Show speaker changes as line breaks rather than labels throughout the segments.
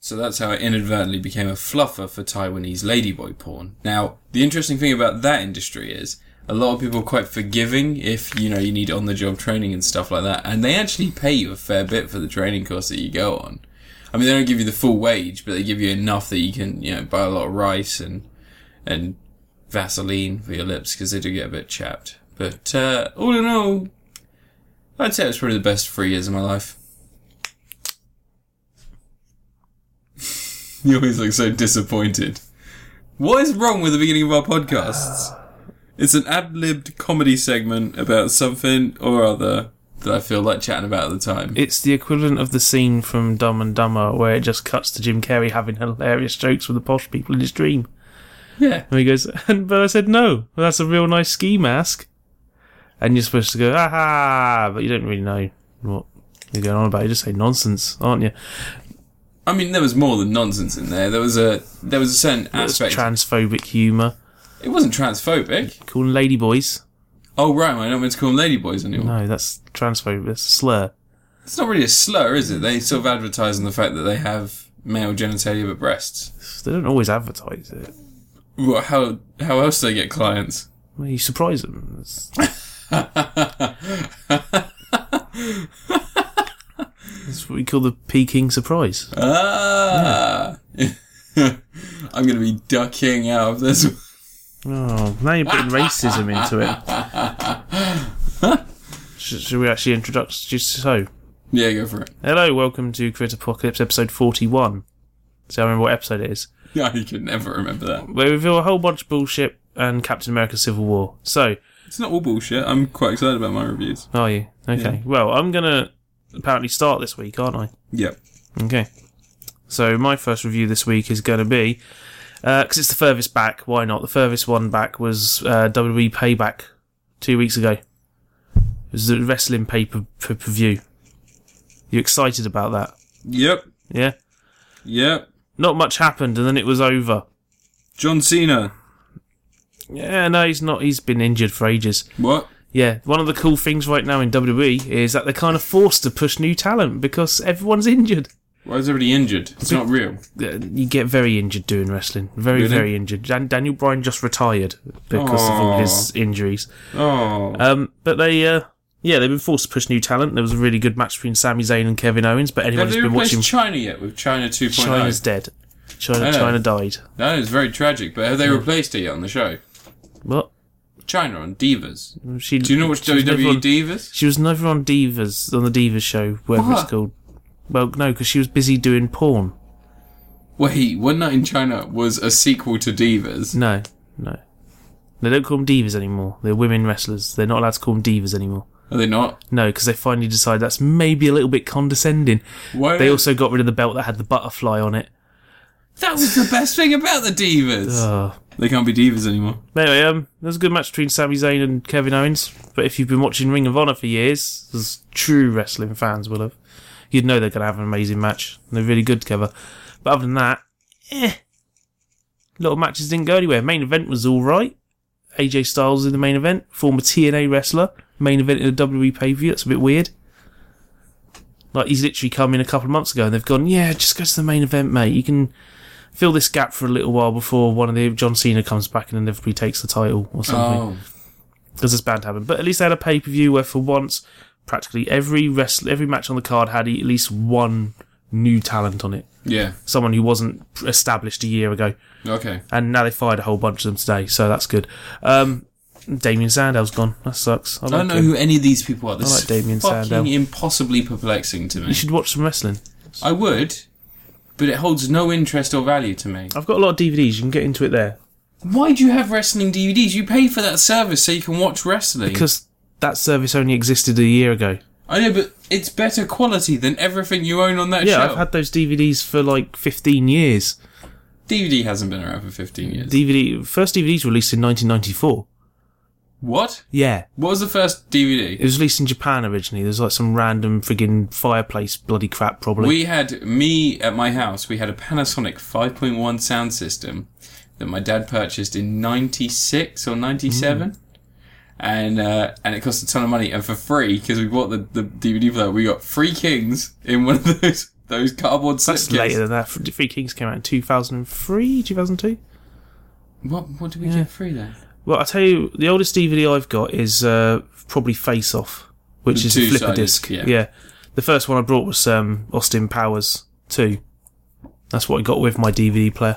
So that's how I inadvertently became a fluffer for Taiwanese ladyboy porn. Now, the interesting thing about that industry is a lot of people are quite forgiving if you know you need on the job training and stuff like that, and they actually pay you a fair bit for the training course that you go on. I mean, they don't give you the full wage, but they give you enough that you can you know buy a lot of rice and and Vaseline for your lips because they do get a bit chapped. But uh, all in all, I'd say it was probably the best three years of my life. you always look so disappointed. What is wrong with the beginning of our podcasts? It's an ad libbed comedy segment about something or other that I feel like chatting about at the time.
It's the equivalent of the scene from Dumb and Dumber where it just cuts to Jim Carrey having hilarious jokes with the posh people in his dream.
yeah.
And he goes, and, but I said, no, well, that's a real nice ski mask. And you're supposed to go, aha, but you don't really know what you're going on about. You just say nonsense, aren't you?
I mean, there was more than nonsense in there. There was a there was a certain
It's
aspect.
transphobic humour.
it wasn't transphobic.
Call them ladyboys.
Oh right, am I not meant to call them ladyboys anymore.
No, that's transphobic. That's a slur.
It's not really a slur, is it? They sort of advertise on the fact that they have male genitalia but breasts.
They don't always advertise it.
Well, how how else do they get clients?
Well, you surprise them. It's, that's what we call the Peking surprise.
Ah, I'm going to be ducking out of this.
Oh, now you're putting racism into it. should, should we actually introduce just so?
Yeah, go for it.
Hello, welcome to Crit Apocalypse episode 41. So I remember what episode it is.
Yeah, you could never remember that.
Where we reveal a whole bunch of bullshit and Captain America Civil War. So,
It's not all bullshit. I'm quite excited about my reviews.
are you? Okay. Well, I'm gonna apparently start this week, aren't I?
Yep.
Okay. So my first review this week is going to be because it's the furthest back. Why not? The furthest one back was uh, WWE Payback two weeks ago. It was the wrestling pay per view. You excited about that?
Yep.
Yeah.
Yep.
Not much happened, and then it was over.
John Cena.
Yeah, no, he's not. He's been injured for ages.
What?
Yeah, one of the cool things right now in WWE is that they're kind of forced to push new talent because everyone's injured.
Why is everybody injured? It's not real.
uh, you get very injured doing wrestling. Very,
Really?
very injured. Dan- Daniel Bryan just retired because of all his injuries.
Oh.
Um, but they, uh, yeah, they've been forced to push new talent. There was a really good match between Sami Zayn and Kevin Owens, but anyone
Have
who's
they
been
replaced
watching
China yet with China 2.0?
China's dead. China,
Oh.
China died.
That is very tragic, but have they replaced it yet on the show?
What?
China on Divas.
She,
Do you know which E
she was never
WWE
on-
Divas?
She was never on Divas on the Divas show, whatever
What?
it's called. Well, no, because she was busy doing porn.
Wait, One Night in China was a sequel to Divas.
No, no. They don't call them divas anymore. They're women wrestlers. They're not allowed to call them divas anymore.
Are they not?
No, because they finally decide that's maybe a little bit condescending.
Why
They also got rid of the belt that had the butterfly on it.
That was the best thing about the Divas.
Oh.
They can't be Divas anymore.
Anyway, um, there was a good match between Sami Zayn and Kevin Owens. But if you've been watching Ring of Honor for years, as true wrestling fans will have, you'd know they're going to have an amazing match. And they're really good together. But other than that, eh. Little matches didn't go anywhere. Main event was alright. AJ Styles in the main event, former TNA wrestler. Main event in a WWE pay per view. E That's a bit weird. Like, he's literally come in a couple of months ago and they've gone, yeah, just go to the main event, mate. You can fill this gap for a little while before one of the John Cena comes back and inevitably takes the title or something
Oh.
because it's bound to happen. But at least they had a pay per view where, for once, practically every wrestle, every match on the card had at least one new talent on it,
Yeah.
someone who wasn't established a year ago.
Okay.
And now they fired a whole bunch of them today, so that's good. Um, Damien Sandow's gone. That sucks. I,
I
like
don't know
him.
who any of these people are. This
like Damien
is fucking
Sandow.
impossibly perplexing to me.
You should watch some wrestling.
I would, but it holds no interest or value to me.
I've got a lot of DVDs. You can get into it there
Why do you have wrestling DVDs? You pay for that service so you can watch wrestling.
because that service only existed a year ago.
I know, but it's better quality than everything you own on that
Yeah,
shelf.
I've had those DVDs for like 15 years.
DVD hasn't been around for 15 years.
DVD first DVDs released in 1994.
what?
Yeah,
What was the first DVD?
it was released in Japan originally. There's like some random friggin' fireplace bloody crap probably.
We had me at my house. We had a Panasonic 5.1 sound system that my dad purchased in '96 or
Mm.
'97, and uh, and it cost a ton of money. And for free, because we bought the, the DVD for that, we got Free Kings in one of those Those cardboard
That's
slipcase.
later than that. Fr- Three Kings came out in 2003, 2002.
What? What did we
Yeah.
get free then?
Well, I tell you, the oldest DVD I've got is uh, probably Face Off, which
The
is a flipper
two-sided,
disc.
yeah.
The first one I brought was um, Austin Powers 2. That's what I got with my DVD player.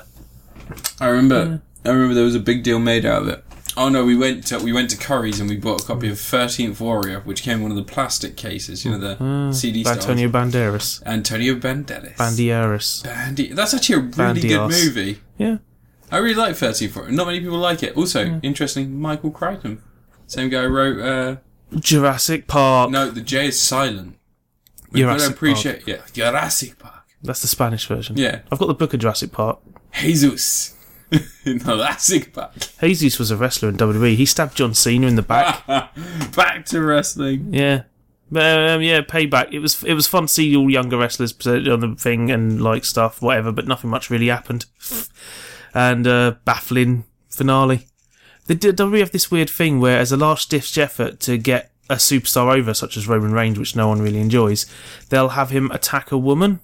I remember.
Uh.
I remember there was a big deal made out of it. Oh no, we went to, we went to Curry's and we bought a copy of Thirteenth Warrior, which came in one of the plastic cases. You know the CD styles.
Mm. Antonio Banderas.
Antonio Banderas.
Bandieras.
Bandy. That's actually a really good
Bandios.
movie.
Yeah.
I really like Thirteenth Warrior. Not many people like it. Also, interesting. Michael Crichton, same guy who wrote. Uh,
Jurassic Park.
no, the J is silent. We've got to
Jurassic Park.
appreciate. Yeah, Jurassic Park.
That's the Spanish version.
Yeah.
I've got the book of Jurassic Park.
Jesus. no, that's it. Back.
Jesus was a wrestler in WWE. He stabbed John Cena in the back.
back to wrestling.
Yeah. Um, yeah, payback. It was it was fun to see all younger wrestlers presented on the thing and like stuff, whatever. But nothing much really happened, and uh, baffling finale. They did WWE have this weird thing where, as a last ditch effort to get a superstar over, such as Roman Reigns, which no one really enjoys, they'll have him attack a woman.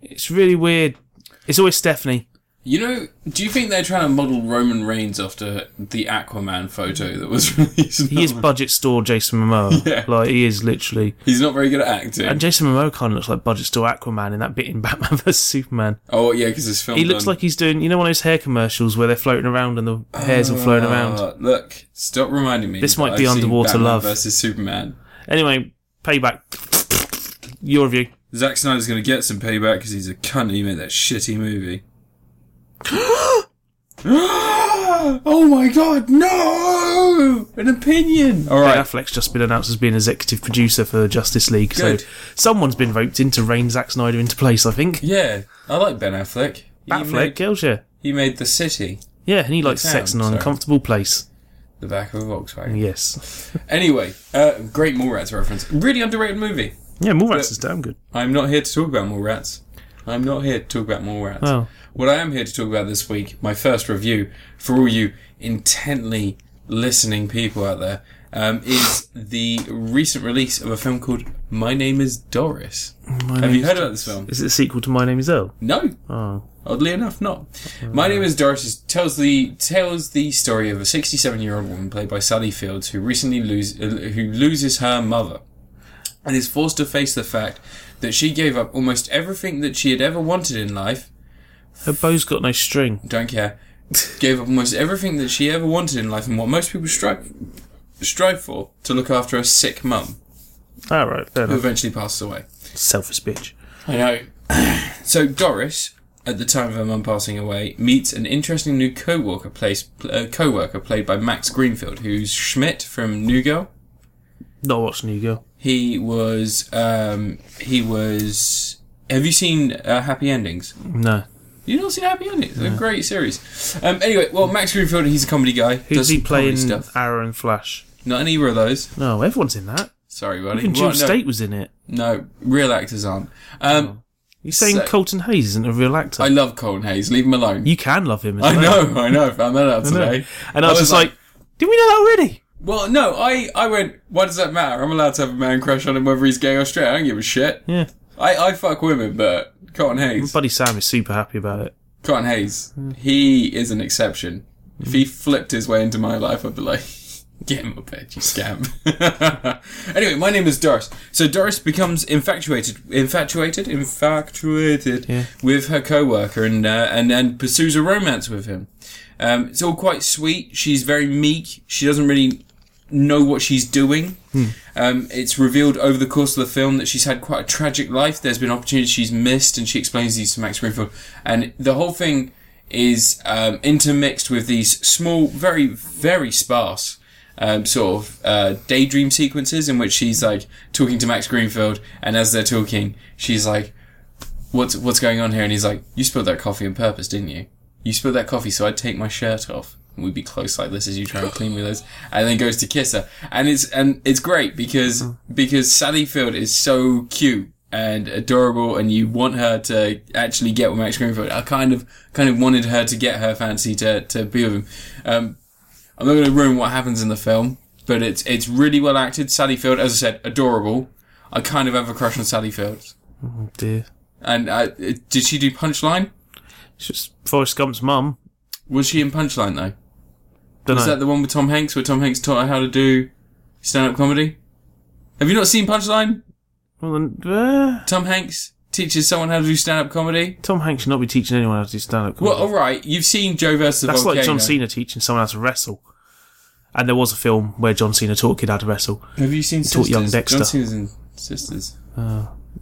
It's really weird. It's always Stephanie.
You know, do you think they're trying to model Roman Reigns after the Aquaman photo that was released?
He is budget store Jason Momoa.
Yeah.
Like he is literally.
He's not very good at acting.
And Jason Momoa kind of looks like budget store Aquaman in that bit in Batman vs Superman.
oh, yeah, because it's filmed.
He looks
on-
like he's doing, you know, one of those hair commercials where they're floating around and the hairs are floating around.
Uh, Look, stop reminding me.
This
that
might
I've
be
seen
Underwater
Batman
Love.
versus Superman.
Anyway, payback. Your review.
Zack Snyder's going to get some payback because he's a cunt. He made that shitty movie. oh my god, no! An opinion. All
Ben
right.
Affleck's just been announced as being executive producer for Justice League,
Good.
so someone's been roped in to rein Zack Snyder into place, I think.
Yeah, I like Ben Affleck. He
Affleck
made,
kills you.
he made The City,
Yeah, and he likes
Town,
sex in an
sorry.
uncomfortable place.
the back of a Volkswagen.
Yes.
Anyway, uh, great Mallrats reference. Really underrated movie.
Yeah, Morats is damn good.
I'm not here to talk about Mallrats. I'm not here to talk about Mallrats.
Oh.
What I am here to talk about this week, my first review for all you intently listening people out there, um, is the recent release of a film called My Name is Doris. Have you heard about this film?
Is it a sequel to My Name Is Earl?
No.
Oh.
Oddly enough, not. My name is Doris. tells the tells the story of a 67 year old woman played by Sally Fields who recently lose uh, who loses her mother, and is forced to face the fact that she gave up almost everything that she had ever wanted in life.
Her bow's got no string.
Don't care. gave up almost everything that she ever wanted in life, and what most people strive strive for to look after a sick mum
Alright, fair
who
enough.
eventually passes away.
Selfish bitch.
I know. so Doris, at the time of her mum passing away, meets an interesting new co-worker, place, uh, co-worker played by Max Greenfield, who's Schmidt from New Girl.
Not watching you, girl.
He was. Um, he was. Have you seen uh, Happy Endings?
No.
You not seen Happy Endings? It's a great series. Um, anyway, well, Max Greenfield, he's a comedy guy.
Who's
does
he
some comedy
playing?
Stuff.
Arrow and Flash.
Not in either of those.
No, everyone's in that.
Sorry, buddy.
Even Jim
Well, no,
State was in it.
no, real actors aren't. Um,
You're saying
So-
Colton Hayes isn't a real actor.
I love Colin Hayes. Leave him alone.
Oh. you can love him. As
I
well.
know, I know. I found that out
No.
today.
And I was, just like, did we know that already?
Well, no, I, I went, why does that matter? I'm allowed to have a man crush on him whether he's gay or straight. I don't give a shit.
Yeah.
I, I fuck women, but Cotton Hayes,
Buddy Sam is super happy about it.
Cotton Hayes, he is an exception. If he flipped his way into my life, I'd be like, get him a bed, you scamp. anyway, my name is Doris. So Doris becomes infatuated, infatuated, infatuated
Yeah.
with her co-worker and, uh, and, and pursues a romance with him. Um, it's all quite sweet. She's very meek. She doesn't really know what she's doing. Um, it's revealed over the course of the film that she's had quite a tragic life. There's been opportunities she's missed, and she explains these to Max Greenfield. And the whole thing is um, intermixed with these small, very, very sparse um, sort of uh, daydream sequences in which she's like talking to Max Greenfield, and as they're talking, she's like, "What's what's going on here?" And he's like, "You spilled that coffee on purpose, didn't you? You spilled that coffee, so I'd take my shirt off." and We'd be close like this as you try and clean with us, and then goes to kiss her, and it's and it's great because because Sally Field is so cute and adorable, and you want her to actually get with Max Greenfield. I kind of kind of wanted her to get her fancy to to be with him, um, I'm not going to ruin what happens in the film, but it's it's really well acted. Sally Field, as I said, adorable. I kind of have a crush on Sally Field.
Oh dear.
And uh, did she do Punchline?
It's just Forrest Gump's mum.
Was she in Punchline though?
Don't
Is
know.
that the one with Tom Hanks where Tom Hanks taught her how to do stand up comedy? Have you not seen Punchline?
well, then, uh,
Tom Hanks teaches someone how to do stand up comedy?
Tom Hanks should not be teaching anyone how to do stand up.
Well, alright, you've seen Joe versus the
That's
Volcano.
like John Cena teaching someone how to wrestle. And there was a film where John Cena taught a kid how to wrestle.
Have you seen
Taught
Sisters?
young Dexter.
John Cena's in Sisters.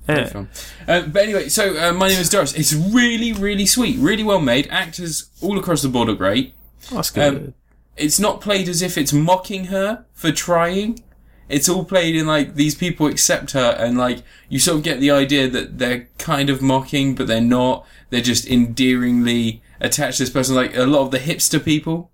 Eh,
film. Uh, but anyway, so uh, my name is Doris. It's really, really sweet, really well made. Actors all across the board are great.
that's good.
Um, It's not played as if it's mocking her for trying. It's all played in like these people accept her, and like you sort of get the idea that they're kind of mocking, but they're not. They're just endearingly attached to this person. Like a lot of the hipster people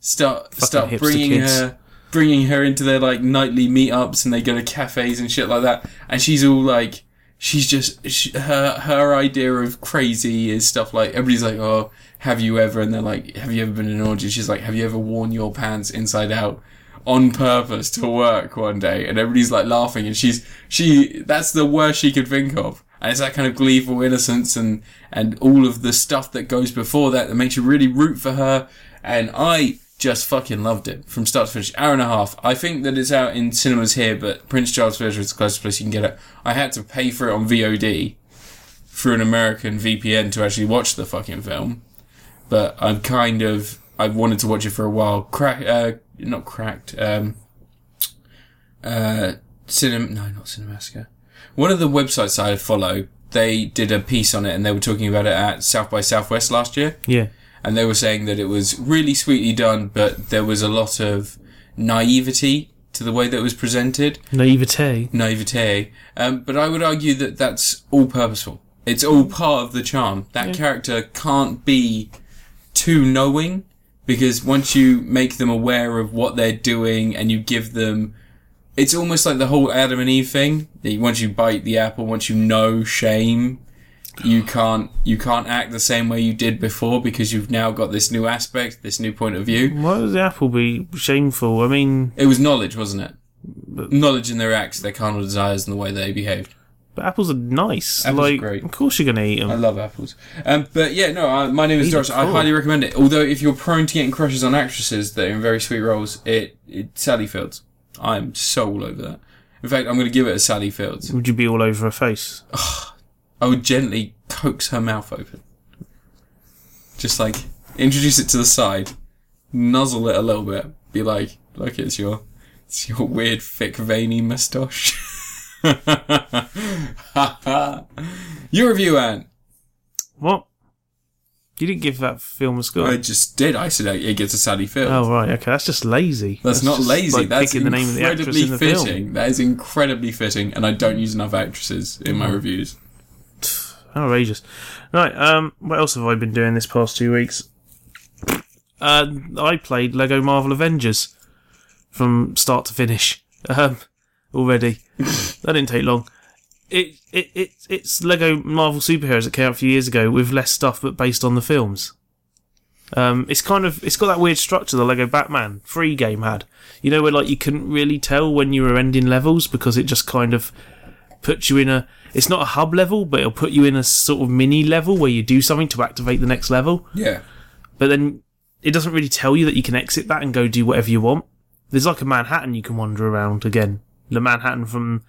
start start
hipster
bringing
kids.
her bringing her into their like nightly meetups and they go to cafes and shit like that and she's all like she's just sh her her idea of crazy is stuff like everybody's like oh have you ever and they're like have you ever been in an orgy she's like have you ever worn your pants inside out on purpose to work one day and everybody's like laughing and she's she that's the worst she could think of and it's that kind of gleeful innocence and and all of the stuff that goes before that that makes you really root for her and I just fucking loved it from start to finish. Hour and a half. I think that it's out in cinemas here, but Prince Charles Theatre is the closest place you can get it. I had to pay for it on VOD through an American VPN to actually watch the fucking film, but I'm kind of I've wanted to watch it for a while. Crack, uh, not cracked. Um, uh, cinem no, not Cinemasca. One of the websites I follow, they did a piece on it, and they were talking about it at South by Southwest last year
yeah.
and they were saying that it was really sweetly done, but there was a lot of naivety to the way that it was presented.
Naivete.
Naivete. Um, but I would argue that that's all purposeful. It's all part of the charm. That character can't be too knowing because once you make them aware of what they're doing and you give them it's almost like the whole Adam and Eve thing. that Once you bite the apple, once you know shame, you can't you can't act the same way you did before because you've now got this new aspect, this new point of view.
Why does the apple be shameful? I mean,
It was knowledge, wasn't it? knowledge in their acts, their carnal desires, and the way they behaved.
but apples are nice.
Apples are
like,
great.
of course you're gonna eat
I
them.
love apples. Um, but yeah, no, I, my name is
These
Doris.
are
I
cool.
highly recommend it. Although, if you're prone to getting crushes on actresses that are in very sweet roles, it, it Sally Fields. I'm so all over that. In fact, I'm going to give it a Sally Fields.
Would you be all over her face?
I would gently coax her mouth open. Just like, introduce it to the side, nuzzle it a little bit, be like, look, it's your, it's your weird, thick, veiny moustache. your review, Anne.
What? You didn't give that film a score.
I just did. I said it gets a Sally Fields.
Oh right, okay. That's just lazy.
That's, not
just,
lazy.
like,
That's
picking the name of the actress
incredibly
in the
fitting.
film.
That is incredibly fitting, and I don't use enough actresses in
Mm-hmm.
my reviews.
Oh, Outrageous. Right. Um. What else have I been doing this past two weeks? Uh, I played Lego Marvel Avengers from start to finish. Um. Already. that didn't take long. It, it it it's Lego Marvel superheroes that came out a few years ago with less stuff, but based on the films. Um, it's kind of it's got that weird structure the Lego Batman free game had. You know where like you couldn't really tell when you were ending levels because it just kind of puts you in a it's not a hub level but it'll put you in a sort of mini level where you do something to activate the next level
Yeah,
but then it doesn't really tell you that you can exit that and go do whatever you want there's like a manhattan you can wander around again the manhattan from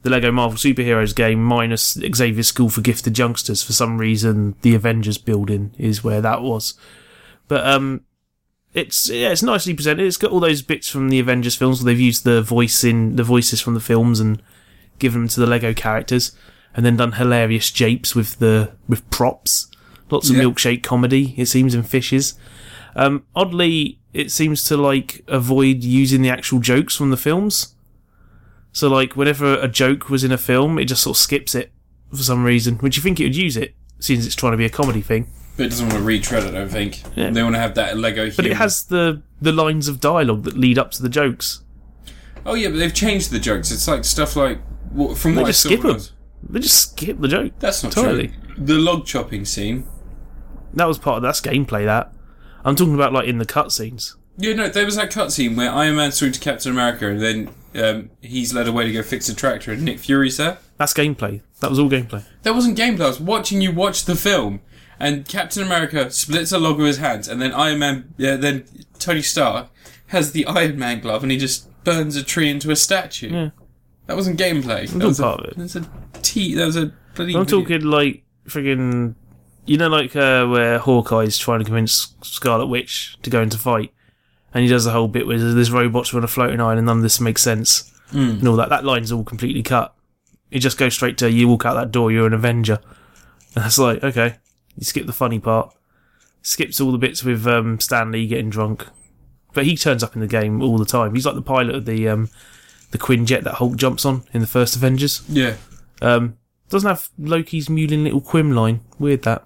the lego marvel superheroes game minus xavier school for gifted youngsters for some reason the avengers building is where that was but um it's yeah, it's nicely presented. It's got all those bits from the Avengers films where they've used the voice in the voices from the films and given them to the Lego characters, and then done hilarious japes with the with props. Lots of
Yeah.
milkshake comedy, it seems, and fishes. Um, oddly, it seems to like avoid using the actual jokes from the films. So, like, whenever a joke was in a film, it just sort of skips it for some reason. Would you think it would use it, since it's trying to be a comedy thing?
but it doesn't want to retread. I don't think
Yeah.
they want to have that Lego.
But it has the the lines of dialogue that lead up to the jokes.
Oh yeah, but they've changed the jokes. It's like stuff like wh- from
They
what
just
I saw
skip
when I
them.
was-
They just skip the joke.
That's not
Totally.
true. The log chopping scene.
That was part of that's gameplay. That I'm talking about, like in the cutscenes.
Yeah, no, there was that cutscene where Iron Man's through to Captain America, and then um, he's led away to go fix a tractor, and Nick Fury's there.
That's gameplay. That was all gameplay.
That wasn't gameplay. I was watching you watch the film, and Captain America splits a log with his hands, and then Iron Man, yeah, then Tony Stark has the Iron Man glove, and he just burns a tree into a statue.
Yeah.
That wasn't gameplay. That
all
was
part
a,
of it.
That's a tea. That was a bloody.
I'm
video.
talking like friggin' you know, like uh, where Hawkeye's trying to convince Scarlet Witch to go into fight, and he does the whole bit where there's robots on a floating island, none of this makes sense, and all that. That line's all completely cut. It just goes straight to you walk out that door, you're an Avenger, and that's like okay. You skip the funny part, skips all the bits with um, Stan Lee getting drunk, but he turns up in the game all the time. He's like the pilot of the um, the Quinjet that Hulk jumps on in the first Avengers.
Yeah.
Um, doesn't have Loki's mewling little quim line. Weird that.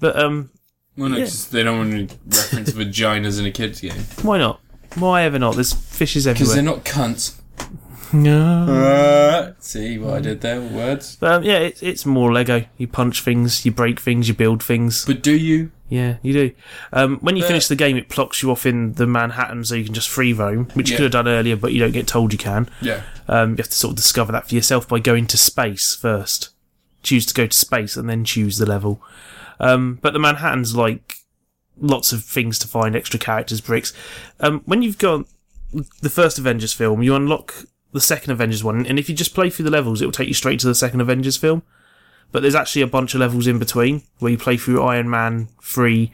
But um,
Well, no, 'cause they don't want to reference vaginas in a kids game
why not? Why ever not? There's fishes
because they're
everywhere.
not cunts.
No.
Uh, see what I did there? with Words.
But, um, yeah, it's it's more Lego. You punch things, you break things, you build things.
But do you?
Yeah, you do. Um, when you finish the game, it plocks you off in the Manhattan, so you can just free roam, which
Yeah.
you could have done earlier, but you don't get told you can.
Yeah.
Um, you have to sort of discover that for yourself by going to space first. Choose to go to space and then choose the level. Um, but the Manhattan's like lots of things to find, extra characters, bricks. Um, when you've got the first Avengers film, you unlock the second Avengers one, and if you just play through the levels, it will take you straight to the second Avengers film. But there's actually a bunch of levels in between where you play through Iron Man 3,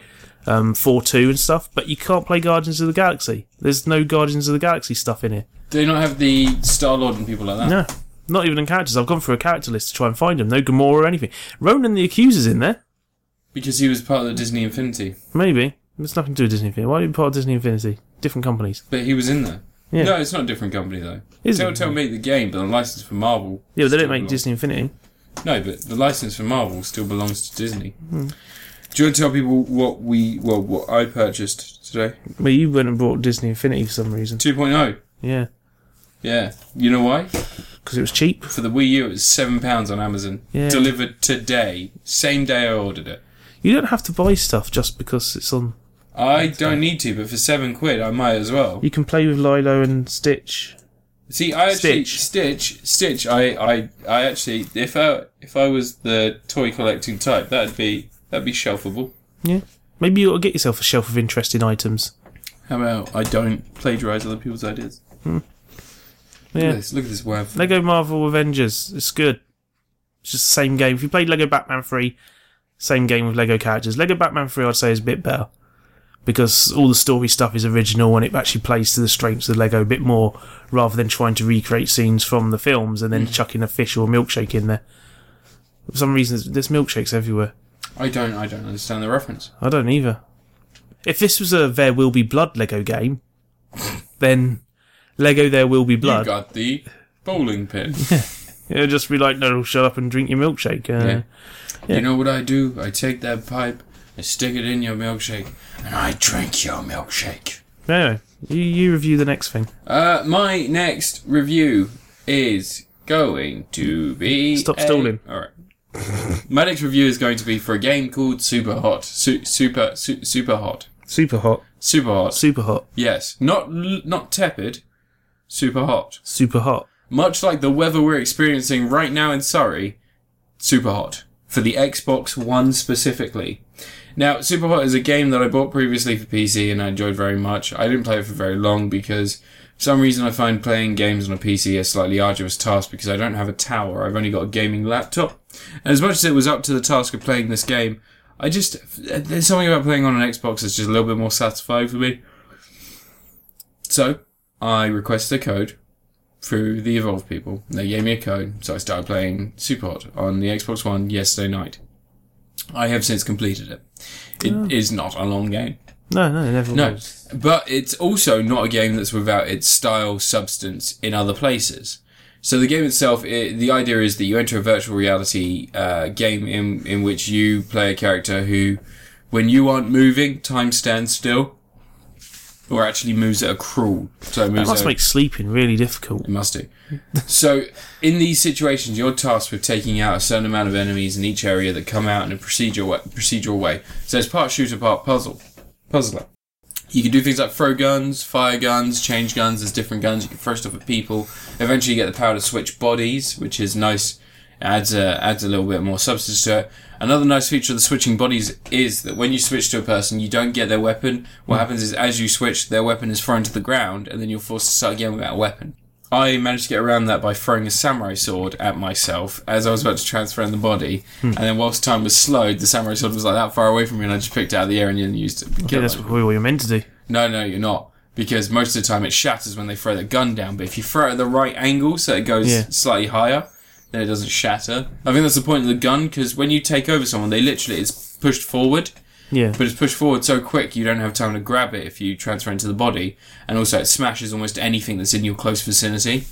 um, 4, 2 and stuff, but you can't play Guardians of the Galaxy. There's no Guardians of the Galaxy stuff in here.
Do they not have the Star Lord and people like that?
No, not even in characters. I've gone through a character list to try and find him. No Gamora or anything. Ronan the Accuser's in there.
Because he was part of the Disney Infinity,
Maybe. It's nothing to do with Disney Infinity. Why are you part of Disney Infinity? Different companies.
but he was in there.
Yeah.
No, it's not a different company though.
Is it?
Telltale made the game, but the license for Marvel.
Yeah, but they
still
don't make
belongs-
Disney Infinity.
No, but the license for Marvel still belongs to Disney.
Hmm.
Do you want to tell people what we, well, what I purchased today?
Well, you went and bought Disney Infinity for some reason.
2.0.
Yeah,
Yeah. You know why?
because it was cheap.
For the Wii U, it was seven pounds on Amazon,
Yeah.
delivered today, same day I ordered it.
You don't have to buy stuff just because it's on.
I don't need to, but for seven quid, I might as well.
You can play with Lilo and Stitch.
See, I actually
Stitch.
Stitch, Stitch. I, I, I actually, if I, if I was the toy collecting type, that'd be, that'd be shelfable.
Yeah. Maybe you ought to get yourself a shelf of interesting items.
How about I don't plagiarize other people's ideas? Look at
Hmm. Yeah.
this, look at this web.
Lego Marvel Avengers. It's good. It's just the same game. If you played Lego Batman 3, same game with Lego characters. Lego Batman 3, I'd say, is a bit better because all the story stuff is original and it actually plays to the strengths of Lego a bit more rather than trying to recreate scenes from the films and
Mm.
then chucking a fish or a milkshake in there. For some reason, there's milkshakes everywhere.
I don't, I don't understand the reference.
I don't either. If this was a There Will Be Blood Lego game, then Lego There Will Be Blood.
You got the bowling pin.
It'll just be like, no, shut up and drink your milkshake. Uh,
Yeah.
Yeah.
You know what I do? I take that pipe, I stick it in your milkshake, and I drink your milkshake.
Anyway, you, you review the next thing.
Uh, my next review is going to be.
Stop
a-
stalling.
Alright. my next review is going to be for a game called Super Hot. Su- super, su- super hot.
Super hot.
Super hot.
Super hot.
Yes. Not, l- not tepid. Super hot.
Super hot.
much like the weather we're experiencing right now in Surrey, super hot for the Xbox One specifically. Now, Super Hot is a game that I bought previously for PC and I enjoyed very much. I didn't play it for very long because for some reason I find playing games on a PC a slightly arduous task because I don't have a tower. I've only got a gaming laptop. And as much as it was up to the task of playing this game, I just there's something about playing on an Xbox that's just a little bit more satisfying for me. So, I requested a code through the Evolve people. They gave me a code, so I started playing Superhot on the Xbox One yesterday night. I have since completed it. It is
Oh.
not a long game.
No, no, it never
No,
was.
but it's also not a game that's without its style, substance in other places. So the game itself, i the idea is that you enter a virtual reality uh, game in in which you play a character who, when you aren't moving, time stands still, or actually moves at a crawl. So it moves
That must
at a-
make sleeping really difficult.
it must do. so, in these situations, you're tasked with taking out a certain amount of enemies in each area that come out in a procedural way. Procedural way. So it's part shooter, part puzzle. Puzzler. You can do things like throw guns, fire guns, change guns. There's different guns you can throw stuff at people. Eventually, you get the power to switch bodies, which is nice adds a, adds a little bit more substance to it. Another nice feature of the switching bodies is that when you switch to a person, you don't get their weapon. What happens is as you switch, their weapon is thrown to the ground, and then you're forced to start again without a weapon. I managed to get around that by throwing a samurai sword at myself as I was about to transfer in the body, and then whilst time was slowed, the samurai sword was like that far away from me, and I just picked it out of the air and then used it. to
Yeah,
kill
that's
them.
what you're meant to do.
No, no, you're not. Because most of the time it shatters when they throw the gun down. But if you throw it at the right angle so it goes
Yeah.
slightly higher, then it doesn't shatter. I think that's the point of the gun because when you take over someone, they literally it's pushed forward,
Yeah.
but it's pushed forward so quick you don't have time to grab it if you transfer into the body, and also it smashes almost anything that's in your close vicinity.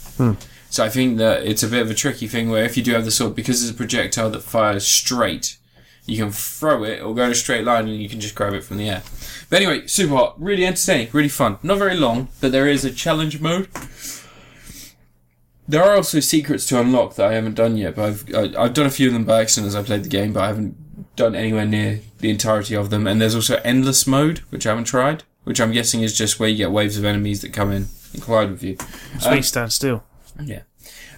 So I think that it's a bit of a tricky thing where if you do have the sword, because it's a projectile that fires straight, you can throw it or go in a straight line and you can just grab it from the air. But anyway, super hot, really entertaining, really fun. Not very long, but there is a challenge mode. There are also secrets to unlock that I haven't done yet, but I've I, I've done a few of them by accident as I played the game, but I haven't done anywhere near the entirety of them. And there's also endless mode, which I haven't tried, which I'm guessing is just where you get waves of enemies that come in and collide with you.
Sweet
uh,
stand still.
Yeah.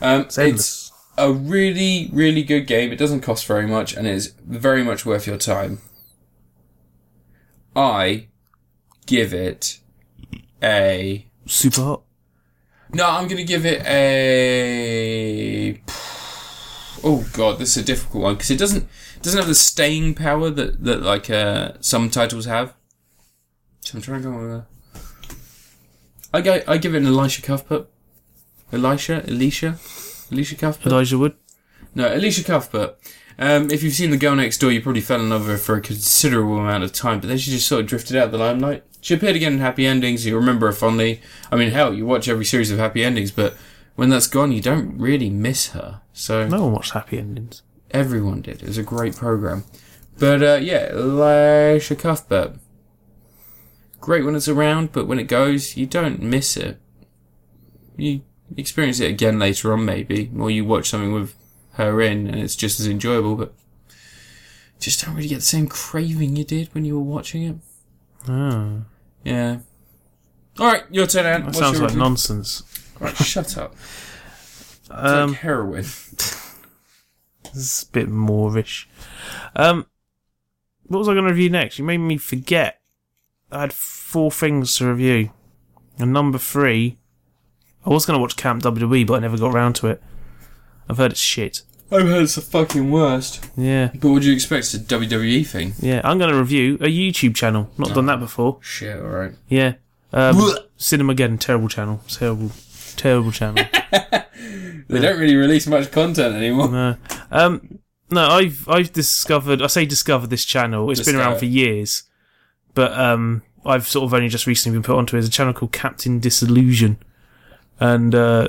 Um,
It's endless.
a really, really good game. It doesn't cost very much and it is very much worth your time. I give it a.
Super hot.
No, I'm going to give it a. Oh god, this is a difficult one because it doesn't doesn't have the staying power that that like uh, some titles have. So I'm trying to go with a. I go. I give it an Elisha Cuthbert. Elisha, Elisha, Elisha Cuthbert.
Elijah Wood.
No, Alicia Cuthbert. Um, if you've seen The Girl Next Door, you probably fell in love with her for a considerable amount of time, but then she just sort of drifted out of the limelight. She appeared again in Happy Endings, you remember her fondly. I mean, hell, you watch every series of Happy Endings, but when that's gone, you don't really miss her. So
No one watched Happy Endings.
everyone did. It was a great program. But uh, yeah, Alicia Cuthbert. Great when it's around, but when it goes, you don't miss it. You experience it again later on, maybe, or you watch something with her in, and it's just as enjoyable. But just don't really get the same craving you did when you were watching it.
Oh,
Yeah. All right, your turn, Ant.
that
What's
sounds
your
like
review?
nonsense.
Right, shut up. It's
Um,
like heroin.
It's a bit moorish. Um, what was I going to review next? You made me forget. I had four things to review. And number three, I was going to watch Camp WWE, but I never got around to it. I've heard it's shit.
I've heard it's Oh, the fucking worst.
Yeah,
But what do you expect? It's a WWE thing.
yeah. I'm going to review a YouTube channel. Not done that before.
Shit, all right.
Yeah. Um,
Blech.
Cinema again. Terrible channel. Terrible. Terrible channel.
They don't really release much content anymore.
No. Um, no, I've I've discovered. I say discovered this channel. It's been around
Discovered.
for years, but um, I've sort of only just recently been put onto it. It's a channel called Captain Disillusion, and uh,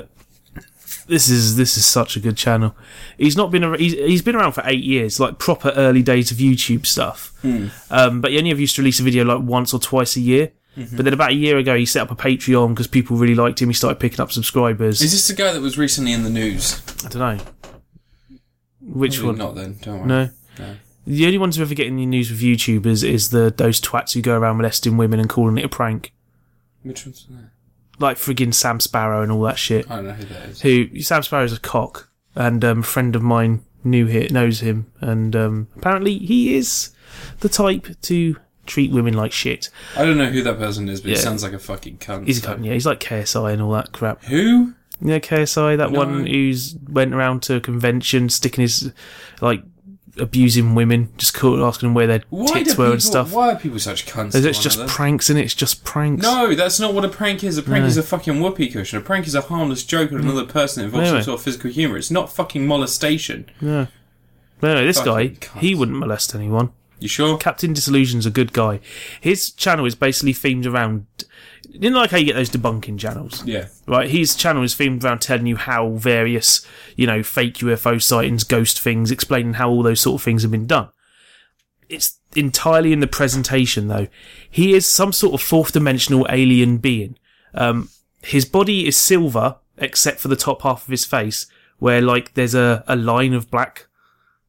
this is this is such a good channel. He's not been ar- he's, he's been around for eight years, like proper early days of YouTube stuff. Um, but he only ever used to release a video like once or twice a year. But then about a year ago, he set up a Patreon because people really liked him. He started picking up subscribers.
Is this the guy that was recently in the news?
I don't know which
Probably
one.
not then, don't worry.
No.
No.
The only ones who ever get any news with YouTubers is, the those twats who go around molesting women and calling it a prank,
Which one's that?
like friggin' Sam Sparrow and all that shit.
I don't know who that is.
Who Sam Sparrow's a cock, and um, a friend of mine knew hi knows him, and um, apparently he is the type to treat women like shit.
I don't know who that person is, but he
Yeah.
sounds like a fucking cunt.
He's a
so-
cunt, yeah. He's like KSI and all that crap.
Who?
You know KSI, that
No.
one who's went around to a convention sticking his like abusing women, just call, asking them where their
Why do
tits were
people,
and stuff.
Why are people such cunts? to
It's
one
just
another?
pranks, and it's just pranks.
no, that's not what a prank is. A prank is a fucking whoopee cushion. A prank is a harmless joke
Mm.
on another person that involves
Anyway.
some sort of physical humour. It's not fucking molestation.
No, no, this guy,
Fucking cunts.
he wouldn't molest anyone.
You sure?
Captain Disillusion's a good guy. His channel is basically themed around. You know, like how you get those debunking channels,
Yeah.
right? His channel is themed around telling you how various, you know, fake UFO sightings, ghost things, explaining how all those sort of things have been done. It's entirely in the presentation, though. He is some sort of fourth dimensional alien being. Um, his body is silver, except for the top half of his face, where, like, there's a, a line of black,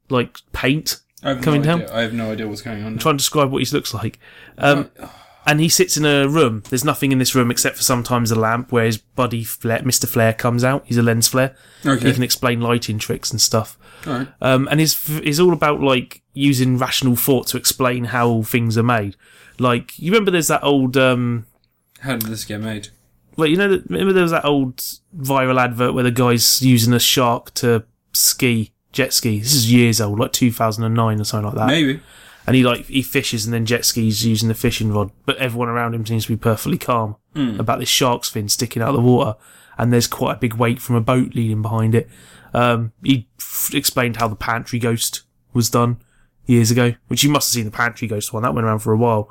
like, paint
I have
Coming
no
down?
Idea. I have no idea what's going on.
trying to describe what he looks like. Um, and he sits in a room. There's nothing in this room except for sometimes a lamp where his buddy Flair, Mr. Flair comes out. He's a lens flare.
Okay.
He can explain lighting tricks and stuff.
All right.
Um, and it's, it's all about like using rational thought to explain how things are made. Like you remember, there's that old um,
How did this get made?
like you know, that- remember there was that old viral advert where the guy's using a shark to ski, jet ski. This is years old, like 2009 or something like that.
Maybe.
And he like he fishes and then jet skis using the fishing rod, but everyone around him seems to be perfectly calm about this shark's fin sticking out of the water, and there's quite a big wake from a boat leading behind it. Um, he f- explained how the pantry ghost was done years ago, which you must have seen the pantry ghost one that went around for a while,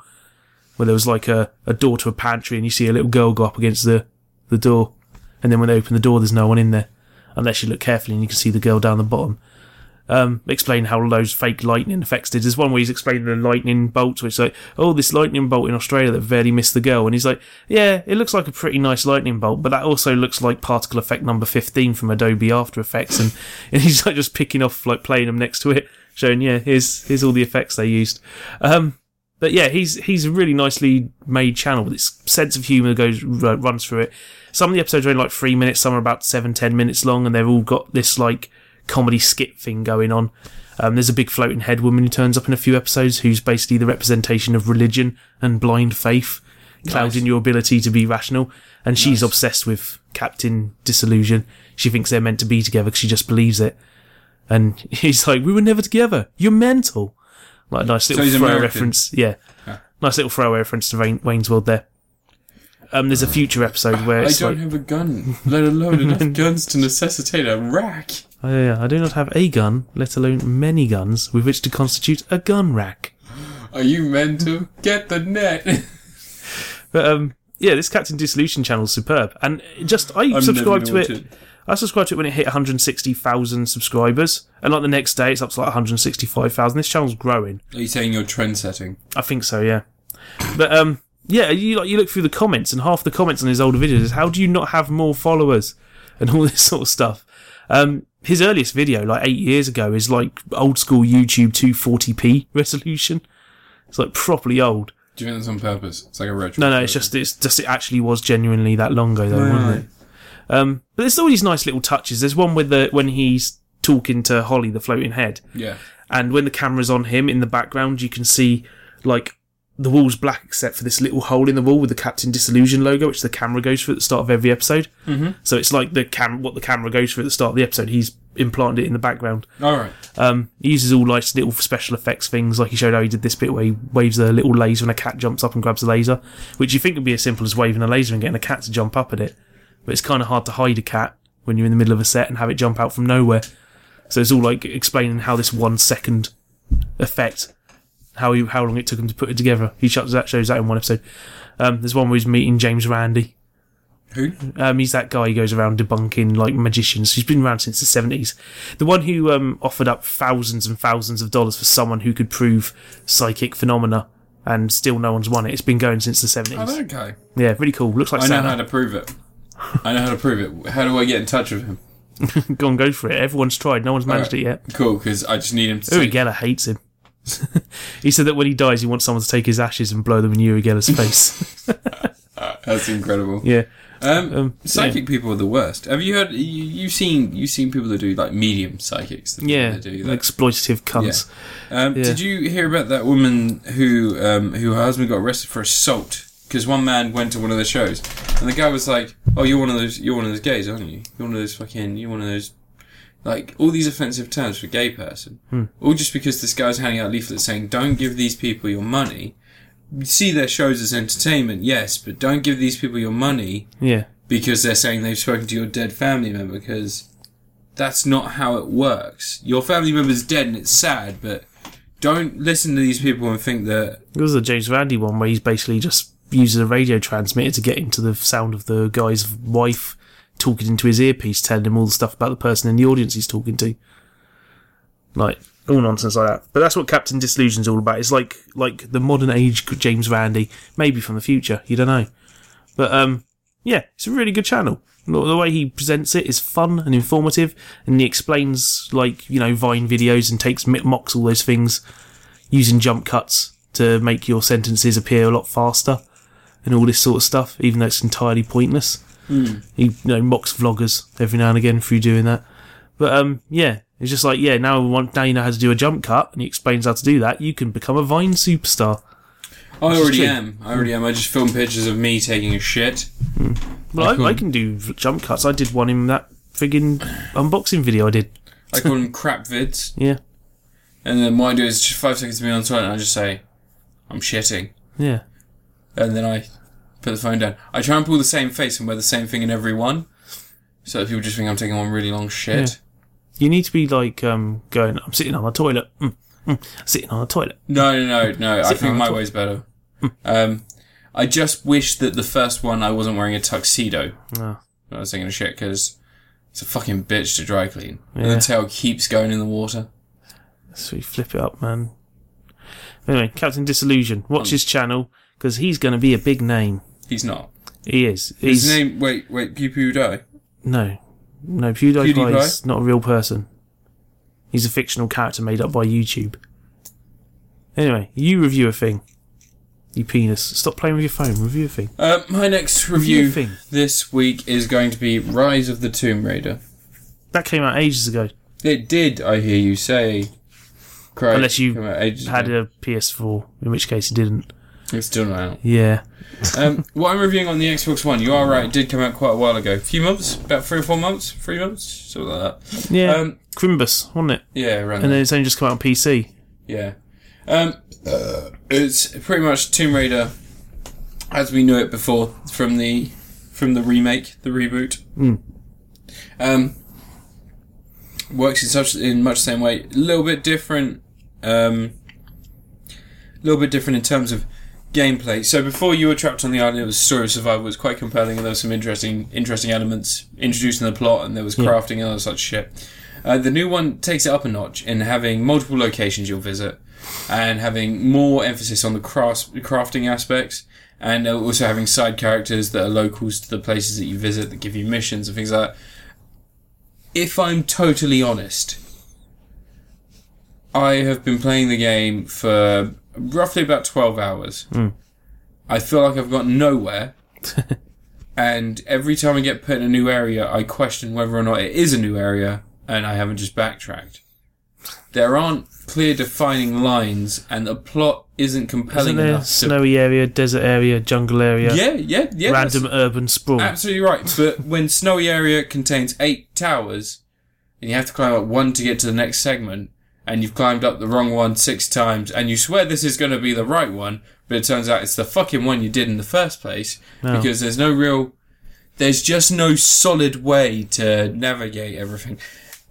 where there was like a, a door to a pantry and you see a little girl go up against the the door, and then when they open the door, there's no one in there, unless you look carefully and you can see the girl down the bottom. Um, explain how those fake lightning effects did. There's one where he's explaining the lightning bolts, which is like, oh, this lightning bolt in Australia that barely missed the girl, and he's like, yeah, it looks like a pretty nice lightning bolt, but that also looks like particle effect number 15 from Adobe After Effects, and, and he's like just picking off, like playing them next to it, showing, yeah, here's here's all the effects they used. Um, but yeah, he's he's a really nicely made channel with its sense of humour goes r- runs through it. Some of the episodes are only like three minutes, some are about seven ten minutes long, and they've all got this like comedy skit thing going on. Um, there's a big floating head woman who turns up in a few episodes, who's basically the representation of religion and blind faith, clouding your ability to be rational. And she's obsessed with Captain Disillusion. She thinks they're meant to be together because she just believes it. And he's like, "We were never together. You're mental." Like a nice little
he's
throw
American.
reference, yeah. Nice little throwaway reference to Wayne, Wayne's World there. Um, there's a future episode where
I
it's
don't
like,
have a gun, let alone enough guns to necessitate a rack.
"Oh, yeah, I do not have a gun, let alone many guns, with which to constitute a gun rack.
Are you meant to get the net?
But um, yeah, this Captain Dissolution channel's superb, and it just I
never
subscribed to
gonna
it.
watch it.
I subscribed to it when it hit 160,000 subscribers, and like the next day, it's up to like 165,000. This channel's growing.
Are you saying you're trend setting?
I think so, yeah. But um, yeah, you like you look through the comments, and half the comments on his older videos is how do you not have more followers and all this sort of stuff. Um, his earliest video, like eight years ago, is like old school YouTube 240p resolution. It's like properly old.
Do you think that's on purpose? It's like a retro.
No, no, it's just it's just it actually was genuinely that long ago though, wasn't it? Um, but there's all these nice little touches. There's one with the when he's talking to Holly, the floating head,
Yeah.
and when the camera's on him in the background, you can see like the wall's black except for this little hole in the wall with the Captain Disillusion logo, which the camera goes for at the start of every episode. Mm-hmm. So it's like the cam what the camera goes for at the start of the episode. He's implanted it in the background.
All right.
Um, he uses all like little special effects things, like he showed how he did this bit where he waves a little laser and a cat jumps up and grabs a laser, which you think would be as simple as waving a laser and getting a cat to jump up at it. But it's kind of hard to hide a cat when you're in the middle of a set and have it jump out from nowhere. So it's all like explaining how this one second effect, how he, how long it took him to put it together. He shows that shows that in one episode. Um, there's one where he's meeting James Randy.
Who?
Um, he's that guy who goes around debunking like magicians. He's been around since the seventies. The one who um, offered up thousands and thousands of dollars for someone who could prove psychic phenomena, and still no one's won it. It's been going since the
Oh,
seventies.
that guy.
Yeah, really cool. Looks like
I know how
Santa.
to prove it. I know how to prove it. How do I get in touch with him?
Go on, go for it. Everyone's tried. No one's managed it yet.
Cool, because I just need him to.
Uri
Say,
Geller hates him. he said that when he dies, he wants someone to take his ashes and blow them in Uri Geller's face.
that's incredible.
yeah.
Um,
Um,
psychic people are the worst. Have you heard? You, you've seen you've seen people that do like medium psychics. That
Yeah.
that do that.
Exploitative cunts.
Um, Did you hear about that woman who um, who her husband got arrested for assault? Because one man went to one of the shows, and the guy was like, "Oh, you're one of those. You're one of those gays, aren't you? You're one of those fucking. You're one of those." Like all these offensive terms for a gay person, all just because this guy's handing out leaflets saying, "Don't give these people your money." You see their shows as entertainment, yes, but don't give these people your money
Yeah.
because they're saying they've spoken to your dead family member because that's not how it works. Your family member's dead and it's sad, but don't listen to these people and think that
There was a James Randy one where he's basically just uses a radio transmitter to get into the sound of the guy's wife talking into his earpiece, telling him all the stuff about the person in the audience he's talking to. Like all nonsense like that. But that's what Captain Disillusion's all about. It's like like the modern age James Randy, maybe from the future. You don't know. But um, yeah, it's a really good channel. The the way he presents it is fun and informative, and he explains like you know Vine videos and takes mi- mocks all those things using jump cuts to make your sentences appear a lot faster and all this sort of stuff, even though it's entirely pointless. He you know mocks vloggers every now and again through doing that. But um, yeah, it's just like yeah, now we want, now you know how to do a jump cut, and he explains how to do that. You can become a Vine superstar.
I already
true.
am. I already am. I just film pictures of me taking a shit.
Well, I,
couldn't-
I, can do v- jump cuts. I did one in that frigging unboxing video I did.
I call them crap vids.
Yeah,
And then what I do is just five seconds of me on the toilet and I just say, I'm shitting.
yeah.
And then I put the phone down. I try and pull the same face and wear the same thing in every one. So that people just think I'm taking one really long shit.
You need to be like um, going. I'm sitting on the toilet. Mm, mm, sitting on the toilet.
No, no, no, no. I
Sit
think
on
my
top.
way's better.
Hmm.
um, I just wish that the first one I wasn't wearing a tuxedo
Ah.
when I was taking a shit because it's a fucking bitch to dry clean. And the tail keeps going in the water.
So we flip it up, man. Anyway, Captain Disillusion.
Um,
Watch his channel because he's going to be a big name.
He's not.
He is. He's,
His name. Wait, wait. Pew Pew Die.
no, no. PewDiePie,
PewDiePie?
is not a real person. He's a fictional character made up by YouTube. Anyway, you review a thing. You penis. Stop playing with your phone. Review a thing.
Uh, my next
Review
review
thing.
this week is going to be Rise of the Tomb Raider.
That came out ages ago.
It did, I hear you say. Cry
Unless you
came out ages
Had
ago.
a PS4, in which case it didn't.
It's still not out.
Yeah.
um, what I'm reviewing on the Xbox One, you are right, it did come out quite a while ago. A few months? About three or four months? Three months? Something like that.
Yeah.
Um,
Crimbus, wasn't it?
Yeah, around
And
there.
then it's only just come out on PC.
Yeah. Um, it's pretty much Tomb Raider as we knew it before from the from the remake, the reboot. Um, works in such in much the same way, a little bit different. Um, a little bit different in terms of gameplay. So before you were trapped on the island, it was story of survival. It was quite compelling, and there were some interesting interesting elements introduced in the plot, and there was crafting and all such shit. Uh, the new one takes it up a notch in having multiple locations you'll visit and having more emphasis on the crafts, crafting aspects and uh, also having side characters that are locals to the places that you visit that give you missions and things like that. If I'm totally honest, I have been playing the game for roughly about 12 hours.
Hmm.
I feel like I've got nowhere. and every time I get put in a new area, I question whether or not it is a new area and I haven't just backtracked. There aren't clear defining lines, and the plot isn't compelling
Isn't there
enough. to-
snowy area, desert area, jungle area,
yeah, yeah, yeah. that's-
random urban sprawl?
Absolutely right. But when snowy area contains eight towers, and you have to climb up one to get to the next segment, and you've climbed up the wrong one six times, and you swear this is going to be the right one, but it turns out it's the fucking one you did in the first place, because there's no real, there's just no solid way to navigate everything.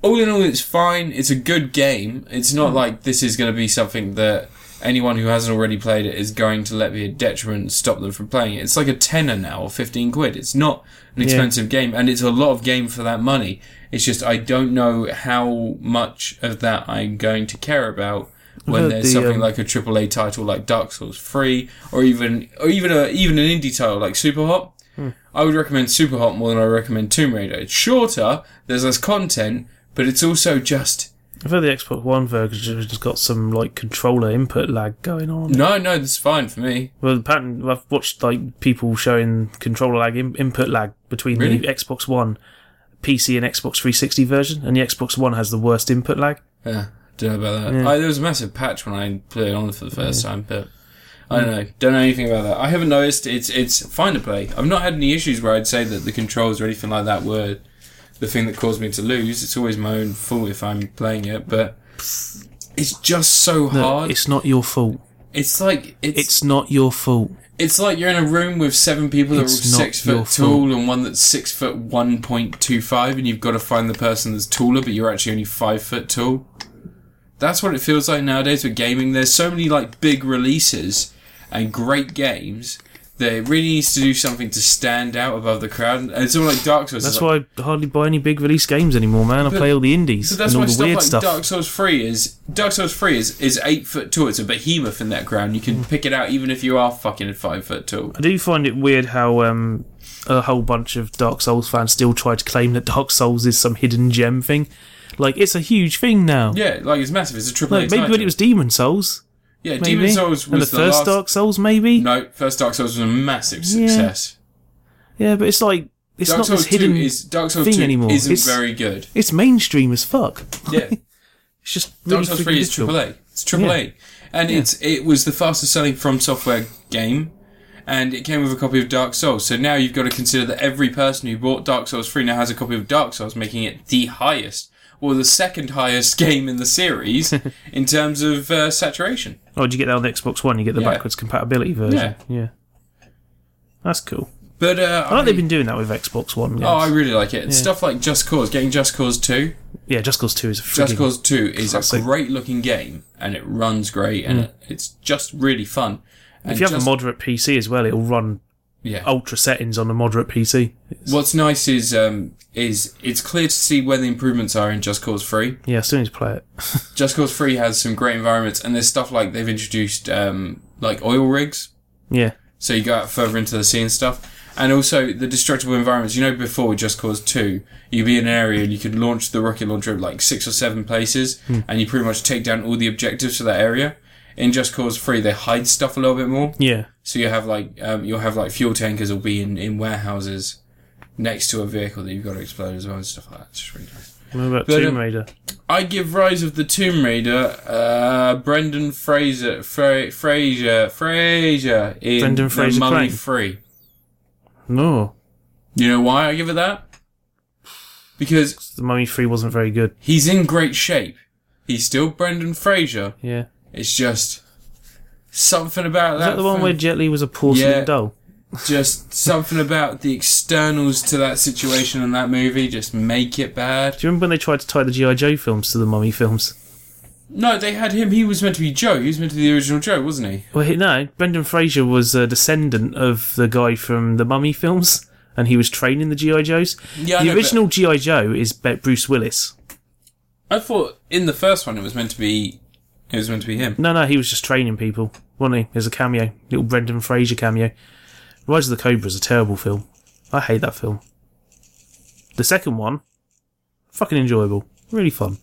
All in all, it's fine. It's a good game. It's not
Hmm.
like this is going to be something that anyone who hasn't already played it is going to let be a detriment and stop them from playing it. It's like a tenner now or 15 quid. It's not an expensive game and it's a lot of game for that money. It's just I don't know how much of that I'm going to care about when
heard
there's
the,
something
um,
like a AAA title like Dark Souls 3 or even or even a even an indie title like Super Hot. I would recommend Super Hot more than I recommend Tomb Raider. It's shorter, there's less content, but it's also just
I've heard the Xbox One version has got some like controller input lag going on.
no, no, that's fine for me.
Well, apparently I've watched like people showing controller lag, in- input lag between
Really?
the Xbox One, PC, and Xbox 360 version, and the Xbox One has the worst input lag.
Yeah, don't know about that. I, there was a massive patch when I put it on for the first time, but I don't know. Don't know anything about that. I haven't noticed. It's it's fine to play. I've not had any issues where I'd say that the controls or anything like that were the thing that caused me to lose. It's always my own fault if I'm playing it, but it's just so hard. It's,
It's not your fault.
like it's, it's
It's not your fault.
like you're in a room with seven people that are all
It's not
six
your
foot
fault.
tall and one that's six foot one point two five, and you've got to find the person that's taller, but you're actually only five foot tall. that's what it feels like nowadays with gaming. There's so many like big releases and great games that it really needs to do something to stand out above the crowd. And it's all like Dark Souls. It's
That's
like-
why I hardly buy any big release games anymore, man. I play all the indies
so that's
and
why
all the
stuff
weird
like
stuff.
Dark Souls Three is Dark Souls Three is, is eight foot tall. It's a behemoth in that ground. You
Mm.
can pick it out even if you are fucking five foot tall.
I do find it weird how um, a whole bunch of Dark Souls fans still try to claim that Dark Souls is some hidden gem thing. Like it's a huge thing now.
Yeah, like it's massive. It's a triple A
like, maybe
title.
when it was Demon Souls,
Yeah,
maybe.
Demon Souls was
and the,
the
first
last-
Dark Souls, maybe.
No, first Dark Souls was a massive
Yeah.
success.
Yeah, but it's like it's
Dark
not
Souls
this hidden.
Two is Dark Souls
thing
Two
anymore.
isn't
It's-
very good.
It's mainstream as fuck.
Yeah,
It's just really
Dark Souls Three is
freaking difficult.
AAA. It's AAA, and it's it was the fastest selling from software game, and it came with a copy of Dark Souls. So now you've got to consider that every person who bought Dark Souls Three now has a copy of Dark Souls, making it the highest or the second highest game in the series in terms of uh, saturation.
Oh, did you get that on the Xbox One? You get the
Yeah.
backwards compatibility version. Yeah. That's cool.
But uh,
I like
I-
they've been doing that with Xbox One. Games.
Oh, I really like it. Stuff like Just Cause, getting Just Cause 2,
yeah, Just Cause Two is a
Just
freaking
Cause 2 is a
classic. Mm.
great looking game and it runs great and it it's just really fun. And
If you have
just-
a Oh. moderate PC as well, it'll run
yeah.
ultra settings on a moderate PC.
What's nice is um, is it's clear to see where the improvements are in Just Cause 3.
Yeah, I still need to play it.
Just Cause 3 has some great environments and there's stuff like they've introduced um, like oil rigs
Yeah,
so you go out further into the sea and stuff. And also the destructible environments. You know, before Just Cause 2, you'd be in an area and you could launch the rocket launcher at like six or seven places,
Hmm.
and you pretty much take down all the objectives for that area. In Just Cause 3, they hide stuff a little bit more.
yeah,
So you have like um, you'll have like fuel tankers will be in, in warehouses next to a vehicle that you've got to explode as well and stuff like that. It's just really nice.
What about
But,
Tomb
um,
Raider?
I give Rise of the Tomb Raider uh, Brendan Fraser Fra- Fraser Fraser in
Brendan Fraser
the Mummy
Crane.
Free.
No,
You know why I give it that? Because
the Mummy Three wasn't very good.
he's in great shape. He's still Brendan Fraser.
Yeah,
It's just something about
is
that.
that the one
film-
where Jet Li was a porcelain
Yeah.
doll?
just something about the externals to that situation in that movie just make it bad.
Do you remember when they tried to tie the GI Joe films to the Mummy films?
No, they had him. He was meant to be Joe. He was meant to be the original Joe, wasn't he?
Well, he- no, Brendan Fraser was a descendant of the guy from the Mummy films, and he was training the GI Joes.
Yeah, I
the
know, but-
original GI Joe is Be- Bruce Willis.
I thought in the first one it was meant to be. It was meant to be him.
No, no, he was just training people, wasn't he? There's a cameo, little Brendan Fraser cameo. Rise of the Cobra is a terrible film. I hate that film. The second one, fucking enjoyable, really fun.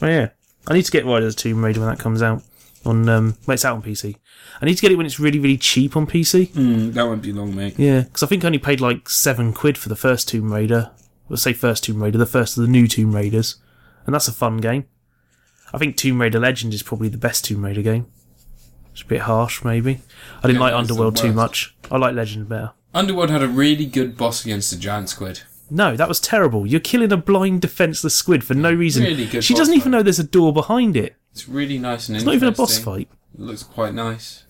Oh yeah, I need to get Riders of the Tomb Raider when that comes out on. Um, well, it's out on PC. I need to get it when it's really, really cheap on PC.
Mm, that won't be long, mate.
Yeah, because I think I only paid like seven quid for the first Tomb Raider. Let's say first Tomb Raider, the first of the new Tomb Raiders, and that's a fun game. I think Tomb Raider Legend is probably the best Tomb Raider game. It's a bit harsh, maybe. I didn't
Yeah,
like
it's the
Underworld too
worst.
much. I like Legend better.
Underworld had a really good boss against the giant squid.
No, that was terrible. You're killing a blind, defenseless squid for no reason.
Really good
she
boss
doesn't even
fight.
know there's a door behind it.
It's really nice and
It's not even a boss fight. Hmm.
It looks quite nice.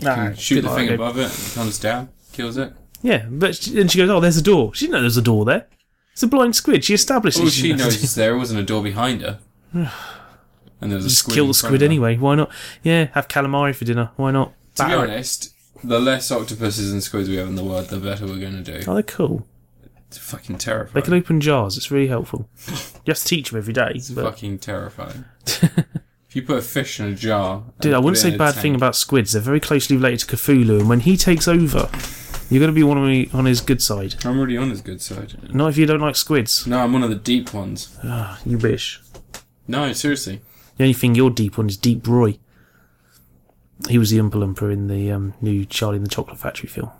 Nah,
Shoot
good
the
luck,
thing
dude.
above it, and it comes down, kills it.
Yeah, but she, and she goes, "Oh, there's a door." She didn't know there's a door there. It's a blind squid. She establishes.
All she
didn't know
knows is there wasn't a door behind her. And there was a
Just
squid
kill
in
the
front
squid
of her.
anyway. Why not? Yeah, have calamari for dinner. Why not?
To be
Batter it.
honest, the less octopuses and squids we have in the world, the better we're going to do.
Oh, they're cool.
It's fucking
They
terrifying.
can open jars. It's really helpful. You have to teach them every day.
it's
But,
fucking terrifying. if you put a fish in a jar, and
dude, I
put
wouldn't
it
say
in a
bad thing
tank-
about squids. They're very closely related to Cthulhu, and when he takes over, you're going to be one of me on his good side.
I'm already on his good side.
Not if you don't like squids.
No, I'm one of the deep ones.
Ah, you wish.
No, seriously.
The only thing you're deep on is Deep Roy. He was the Oompa Loompa in the um, new Charlie and the Chocolate Factory film.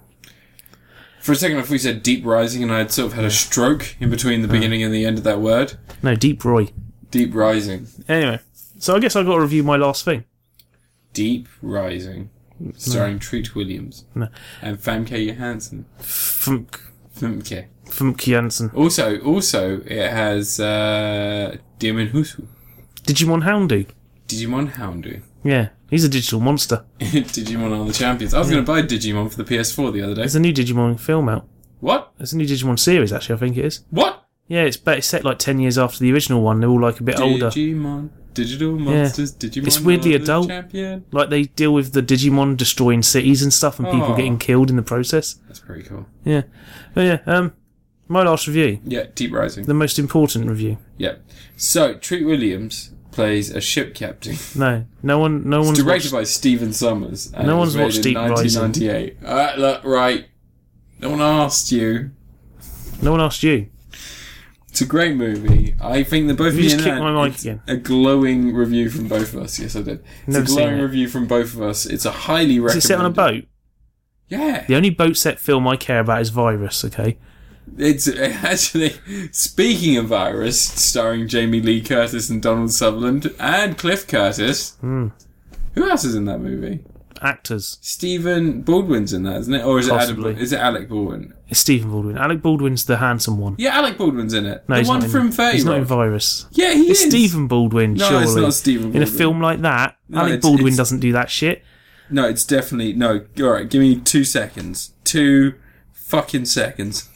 For a second, if we said deep rising, and I had sort of had a stroke in between the beginning and the end of that word,
No, Deep Roy.
deep rising,
Anyway, so I guess I've got to review my last thing.
deep rising, starring Treat Williams
No.
and Famke Johansson.
Funk,
Famke.
Funk Jansen.
Also, also, it has uh, Demon Husu.
Digimon Houndoom.
Digimon Houndu.
Yeah, he's a digital monster.
Digimon are the champions. I was going to buy Digimon for the PS4 the other day.
There's a new Digimon film out.
What?
There's a new Digimon series, actually, I think it is.
What?
Yeah, it's, but it's set like 10 years after the original one. They're all like a bit older.
Digimon. Digital monsters. Digimon.
It's weirdly
are the
adult.
Champion.
Like they deal with the Digimon destroying cities and stuff and people
Aw.
getting killed in the process.
That's pretty cool.
Yeah. But yeah, um, my last review.
Yeah, Deep Rising.
The most important review.
yeah. So, Treat Williams plays a ship captain.
No, no one, no one's
directed
watched,
by Steven Summers. And
No
it was
one's
made
watched
in
Deep Rising.
1998. Uh, look, right. No one asked you.
no one asked you.
It's a great movie. I think that both me
You just
and
kicked
Ant-
my mic
it's
again.
A glowing review from both of us. Yes, I did. It's
Never
a
seen
glowing
it.
review from both of us. It's a highly recommended.
Does it sit on a boat?
Yeah,
The only boat set film I care about is Virus, okay?
it's actually speaking of virus, starring Jamie Lee Curtis and Donald Sutherland and Cliff Curtis.
Hmm.
Who else is in that movie?
Actors.
Stephen Baldwin's in that, isn't it? Or is
Possibly.
it Adam, is it Alec Baldwin?
It's Stephen Baldwin. Alec Baldwin's the handsome one.
Yeah, Alec Baldwin's in it.
No,
the
he's
one
not in-
from Thirty.
He's not in
Rock.
Virus.
yeah, he
It's
is.
Stephen Baldwin,
No,
surely.
it's not Stephen.
In a
Baldwin.
film like that,
No,
Alec
it's-
Baldwin
it's-
doesn't do that shit.
No, it's definitely no. All right, give me two seconds. Two fucking seconds.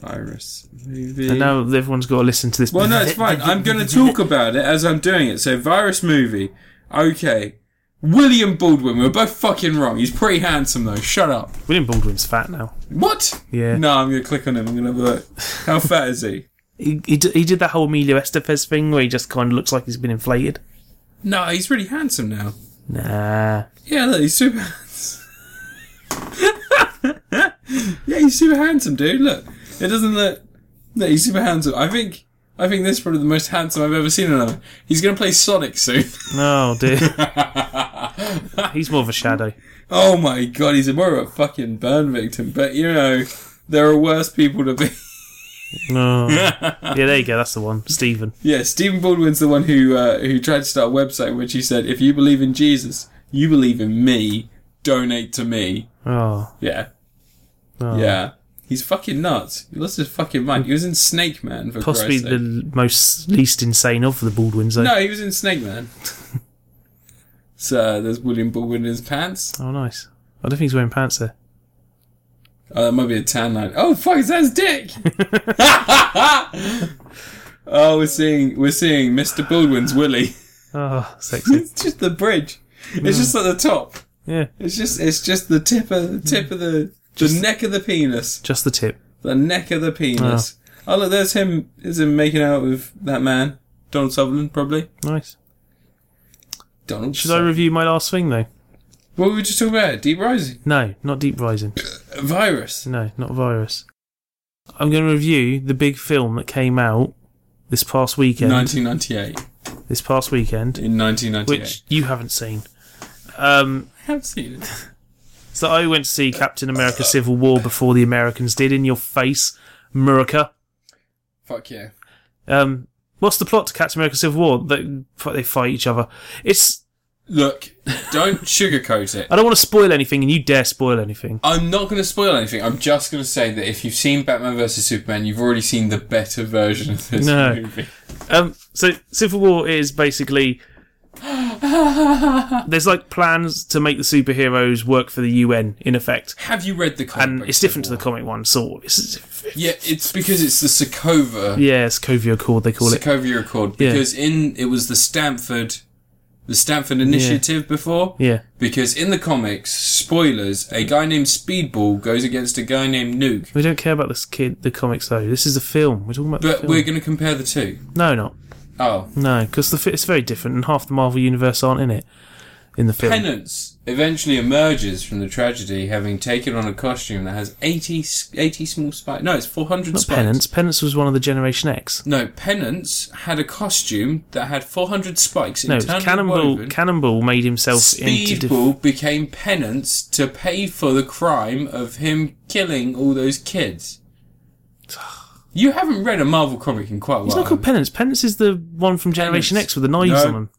Virus movie.
And now everyone's got to listen to this.
well, no, it's fine. I'm going to talk about it as I'm doing it. So, virus movie. Okay, William Baldwin. We We're both fucking wrong. He's pretty handsome though. Shut up.
William Baldwin's fat now.
What?
Yeah.
No, I'm going to click on him. I'm going to have a look. How fat is he?
He, he, d- he did that whole Emilio Estevez thing where he just kind of looks like he's been inflated.
No, he's really handsome now.
Nah.
Yeah, look, he's super handsome. yeah, he's super handsome, dude. Look, it doesn't look. No, he's super handsome. I think. I think this is probably the most handsome I've ever seen of him. He's gonna play Sonic soon.
Oh, dear. he's more of a shadow.
oh my god, he's more of a fucking burn victim. But you know, there are worse people to be.
No. Oh. yeah, there you go. That's the one. Stephen.
yeah, Stephen Baldwin's the one who uh, who tried to start a website which he said, "If you believe in Jesus, you believe in me. Donate to me."
Oh.
Yeah,
oh.
Yeah. He's fucking nuts. He lost his fucking mind. He was in Snake Man for
Possibly
Possibly
the l- most least insane of the Baldwins, though.
No, he was in Snake Man. so uh, there's William Baldwin in his pants.
Oh, nice. I don't think he's wearing pants there.
Oh, that might be a tan line. Oh fuck, is that his dick? oh, we're seeing we're seeing Mr. Baldwin's Willy.
Oh, sexy.
it's just the bridge. It's just at the top.
yeah,
It's just it's just the tip of the tip of the the neck of the penis.
just the tip.
The neck of the penis.
Ah.
Oh look, there's him is him making out with that man. Donald Sutherland, probably.
Nice.
Donald.
Should I review my last thing, though?
What were we just talking about? Deep Rising.
No, not Deep Rising.
A virus.
No, not Virus. I'm going to review the big film that came out this past weekend.
1998.
This past weekend,
In 1998.
which you haven't seen. Um,
I have seen it.
so I went to see Captain America Civil War before the Americans did. In your face, America.
Fuck yeah.
Um, what's the plot to Captain America Civil War? They, they fight each other. It's.
Look, don't sugarcoat it.
I don't want to spoil anything, and you dare spoil anything.
I'm not going to spoil anything. I'm just going to say that if you've seen Batman vs Superman, you've already seen the better version of this
No.
movie.
Um, so Civil War is basically there's like plans to make the superheroes work for the UN in effect,
Have you read the comic?
and
book
it's different to
Civil
the comic one. Sort of. It's,
War? Yeah, it's because it's the Sokovia
yeah, it's Covio Accord they call it.
Sokovia Accord
Yeah.
because in it was the Stanford, the Stanford Initiative before.
Yeah,
Because in the comics, spoilers, a guy named Speedball goes against a guy named Nuke.
we don't care about this kid, the comics though. This is the film we're talking about. the
But
film.
we're going to compare the two.
no, not
Oh.
no, because the fi- it's very different, and half the Marvel universe aren't in it in the film.
Penance eventually emerges from the tragedy, having taken on a costume that has 80, s- 80 small spikes. No, it's 400
Not
spikes.
Penance. Penance was one of the Generation X.
No, Penance had a costume that had 400 spikes
No, it was
internally
Cannonball.
woven.
Cannonball made himself into. diff-
Speedball became Penance to pay for the crime of him killing all those kids. You haven't read a Marvel comic in quite a while.
It's not called Penance. Penance is the one from Generation
um, Penance.
X with the knives
No.
on them.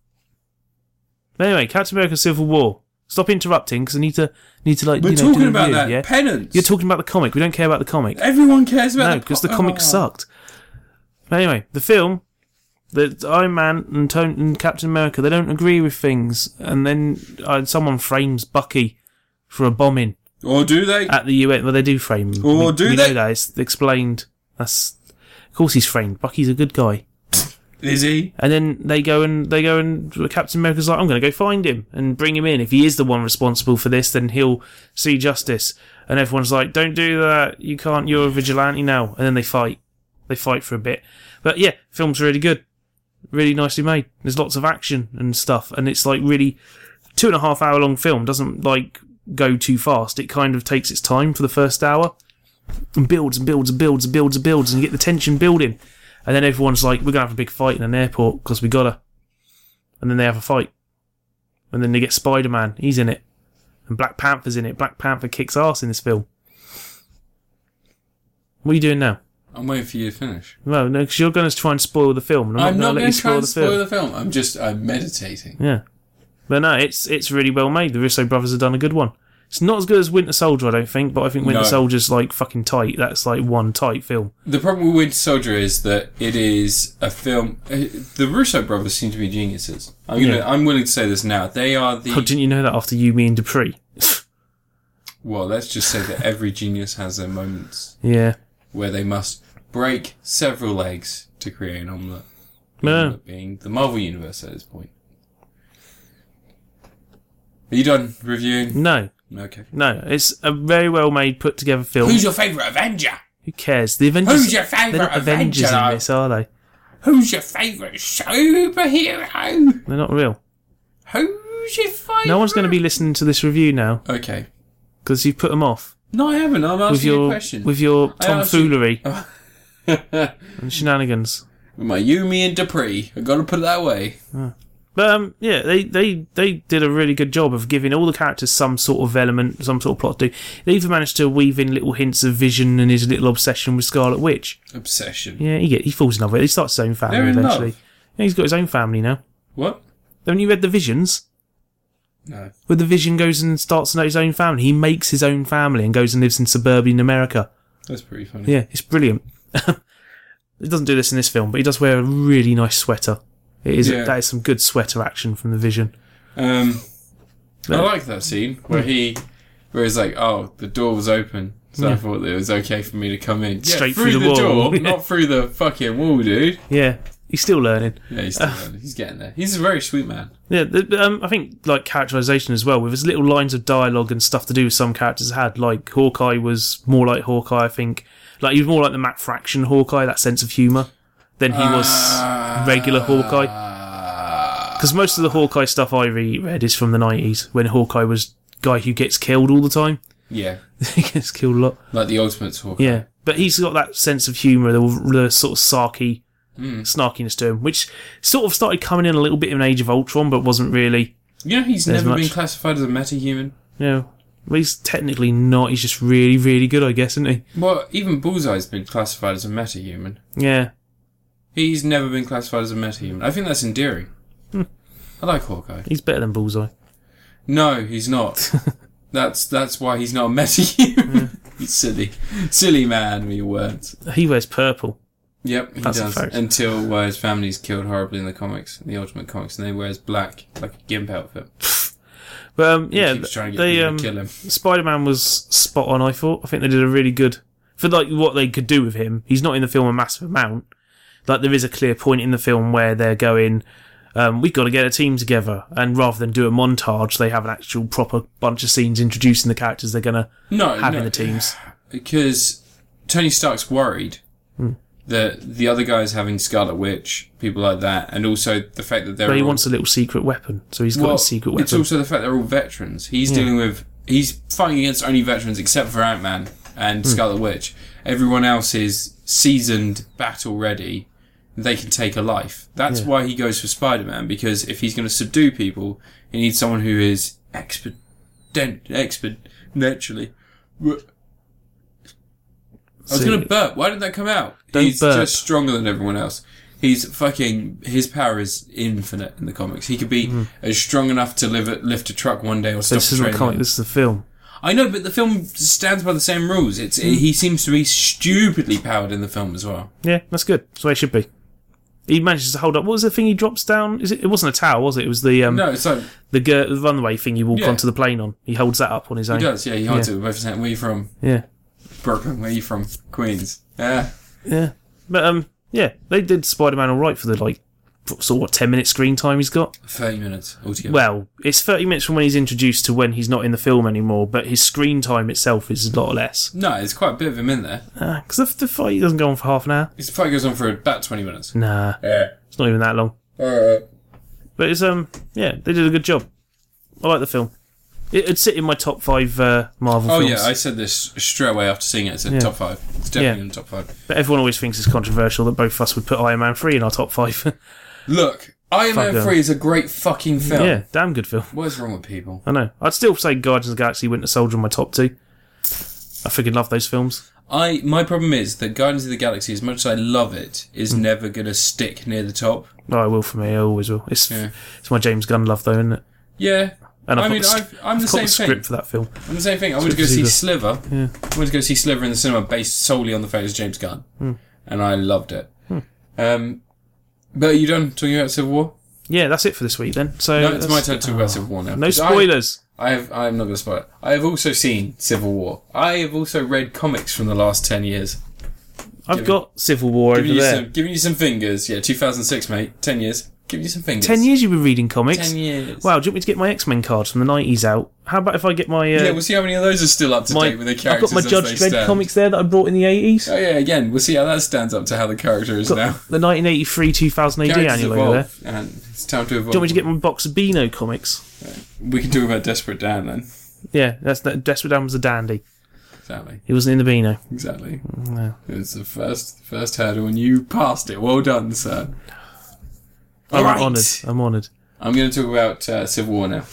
Anyway, Captain America: Civil War. Stop interrupting because I need to need to like.
We're
you know, do
talking
the
about
review,
that
Yeah?
penance.
You're talking about the comic. We don't care about the comic.
Everyone cares about
No,
the
because the
co-
comic
Oh.
sucked. Anyway, the film, the Iron Man and, Tony, and Captain America, they don't agree with things, and then uh, someone frames Bucky for a bombing
Or do they?
at the UN. Well, they do frame him.
Or
we,
do
we
they?
Know that. It's explained. That's of course he's framed. Bucky's a good guy.
Is he?
And then they go and they go and Captain America's like, I'm going to go find him and bring him in. If he is the one responsible for this, then he'll see justice. And everyone's like, don't do that. You can't. You're a vigilante now. And then they fight. They fight for a bit. But yeah, film's really good, really nicely made. There's lots of action and stuff, and it's like really two and a half hour long film doesn't like go too fast. It kind of takes its time for the first hour and builds and builds and builds and builds and builds and you get the tension building. And then everyone's like, we're going to have a big fight in an airport because we got to. And then they have a fight. And then they get Spider Man. He's in it. And Black Panther's in it. Black Panther kicks ass in this film. What are you doing now?
I'm waiting for you to finish.
No, no, because you're going to try and spoil the film. And I'm,
I'm
not
not
going to let
going
you
to try
spoil
and
the
spoil
film.
the film. I'm just I'm meditating.
Yeah. But no, it's it's really well made. The Russo brothers have done a good one. It's not as good as Winter Soldier, I don't think, but I think Winter
No.
Soldier's like fucking tight. That's like one tight film.
The problem with Winter Soldier is that it is a film. uh, The Russo brothers seem to be geniuses. I'm gonna. I'm willing to say this now. They are the.
Oh, didn't you know that after you, me, and Dupree?
well, let's just say that every genius has their moments
Yeah.
where they must break several eggs to create an omelette. The
Yeah.
omelette Being the Marvel universe at this point. Are you done reviewing?
No,
Okay.
no. It's a very well made, put together film.
Who's your favourite Avenger?
Who cares? The Avengers.
Who's your favourite
They're not Avengers in
Avenger?
this, are they?
Who's your favourite superhero?
They're not real.
Who's your favourite?
No one's going to be listening to this review now
Okay.
because you've put them off
No, I haven't. I'm
with
asking you a
your
question.
with your
I Oh. asked
tomfoolery
With
and shenanigans.
my Yumi and Dupree. I gotta put it that way.
But um, yeah, they, they, they did a really good job of giving all the characters some sort of element, some sort of plot to do. They even managed to weave in little hints of Vision and his little obsession with Scarlet Witch.
Obsession.
Yeah, he get he falls in love with it. He starts his own family
They're in
eventually.
love.
Yeah, he's got his own family now.
What?
Haven't you read the Visions?
No.
Where the Vision goes and starts his own family. He makes his own family and goes and lives in suburban America.
That's pretty funny.
Yeah, it's brilliant. he doesn't do this in this film, but he does wear a really nice sweater. It is
Yeah.
that is some good sweater action from the Vision.
Um, I
Yeah.
like that scene where he, where he's like, "Oh, the door was open." So I thought that it was okay for me to come in. Yeah,
Straight
through,
through the
the,
wall.
door, not through the fucking wall, dude.
Yeah, he's still learning.
Yeah, he's, still learning. he's getting there. He's a very sweet man.
Yeah, the, the, um, I think like characterization as well, with his little lines of dialogue and stuff to do with some characters had. Like Hawkeye was more like Hawkeye, I think. Like he was more like the Matt Fraction Hawkeye, that sense of humour, than he
Ah. Uh,
was regular Hawkeye.
Hawkeye.
Because most of the Hawkeye stuff I reread is from the nineties, when Hawkeye was guy who gets killed all the time.
Yeah,
he gets killed a lot.
like the Ultimate Hawkeye.
Yeah, but he's got that sense of humour, the, the sort of sarky
Hmm.
snarkiness to him, which sort of started coming in a little bit in Age of Ultron, but wasn't really.
You know, he's
There's
never been
much.
classified as a metahuman.
No. Well, he's technically not. He's just really, really good, I guess, isn't he?
Well, even Bullseye's been classified as a metahuman.
Yeah.
He's never been classified as a metahuman. I think that's endearing.
Hmm.
I like Hawkeye.
He's better than Bullseye.
No, he's not. that's that's why he's not a metahuman.
Mm.
he's silly, silly man. We weren't.
He wears purple.
Yep, he
That's a
does.
fact.
Until uh, his family's killed horribly in the comics, in the Ultimate Comics, and then he wears black like a gimp outfit.
But, um, yeah,
Keeps trying to get
they,
people
um,
to kill him.
Spider Man was spot on, I thought. I think they did a really good. For, like, what they could do with him, he's not in the film a massive amount. Like, there is a clear point in the film where they're going, um, we've got to get a team together. And rather than do a montage, they have an actual proper bunch of scenes introducing the characters they're going to
No,
have
no,
in the teams.
because Tony Stark's worried
Hmm.
that the other guys having Scarlet Witch, people like that, and also the fact that they're
But he
all-
wants a little secret weapon, so he's got
Well,
his secret weapon.
It's also the fact they're all veterans. He's dealing with he's fighting against only veterans except for Ant Man and
Hmm.
Scarlet Witch. Everyone else is seasoned, battle ready. They can take a life. That's why he goes for Spider Man because if he's going to subdue people, he needs someone who is expert, expert naturally. I was
So-
going to burp. Why didn't that come out?
Don't
He's
burp.
just stronger than everyone else. He's fucking. His power is infinite in the comics. He could be as strong enough to live at, lift a truck one day or stop
Mm. This
a
isn't a
train.
comic, this is a film.
I know, but the film stands by the same rules. It's
Mm.
he seems to be stupidly powered in the film as well.
Yeah, that's good. That's the way it should be. He manages to hold up. What was the thing he drops down? Is it? It wasn't a tower, was it? It was the um,
No, it's like
the, gir- the runway thing you walk
Yeah.
onto the plane on. He holds that up on his own.
he does. Yeah, he holds it with both his hands. Where you from?
Yeah,
Brooklyn. Where you from? Queens. Yeah.
yeah. But um, yeah, they did Spider-Man all right for the like sort of what ten minute screen time he's got.
Thirty minutes altogether.
Well, it's thirty minutes from when he's introduced to when he's not in the film anymore. But his screen time itself is a lot less
no, it's quite a bit of him in there.
because the, the fight doesn't go on for half an hour.
His fight goes on for about twenty minutes.
Nah,
Yeah. Uh, oh,
it's not even that long. But it's um, yeah, they did a good job. I like the film. It, it'd sit in my top five uh, Marvel
Oh
films.
yeah, I said this straight away after seeing it. It's in
Yeah.
top five. It's definitely in the top five.
But everyone always thinks it's controversial that both of us would put Iron Man 3 in our top five.
Look, Iron
Fuck
Man
them.
Three is a great fucking film.
yeah, damn good film.
What is wrong with people?
I know. I'd still say Guardians of the Galaxy, Winter Soldier in my top two. I freaking love those films.
I my problem is that Guardians of the Galaxy, as much as I love it, is
Hmm.
never gonna stick near the top.
No, I will for me. I always will. It's
Yeah.
it's my James Gunn love, though, isn't it?
Yeah.
And I've
I
got
mean,
the sc-
I've, I'm the
I've got
same
the
thing.
script for that film.
I'm the same thing. I went to go see
Script
Sliver. I went to go see Sliver in the cinema based solely on the fact it's James Gunn,
Hmm.
and I loved it. Um, but are you done talking about Civil War?
Yeah, that's it for this week then. So
No, it's my
that's- Oh.
turn to talk about Civil War now.
No
'Cause I-
spoilers.
I have. I am not going to spoil it. I have also seen Civil War. I have also read comics from the last ten years.
I, have
give-
got Civil War over
Giving you
there.
some, giving you some fingers. Yeah, 2006, mate. Ten years. Giving you some fingers.
Ten years you've been reading comics.
Ten years.
Wow, do you want me to get my X Men cards from the nineties out? How about if I get my uh,
Yeah, we'll see how many of those are still up to
my
date with the
I've
characters.
got my
as they
Judge Dredd
stand.
comics there that I brought in the eighties.
Oh yeah, again, we'll see how that stands up to how the character is now.
The nineteen eighty three two thousand AD
Characters
annual over there.
evolve, and it's time to evolve.
Do you want me to get my box of Beano comics?
we can talk about Desperate Dan then.
Yeah, that's that. Desperate Dan was a dandy.
Exactly.
He wasn't in the Beano.
Exactly. It was the first first hurdle, and you passed it. Well done, sir.
I'm
Alright.
honoured. I'm honoured.
I'm going to talk about uh, Civil War now.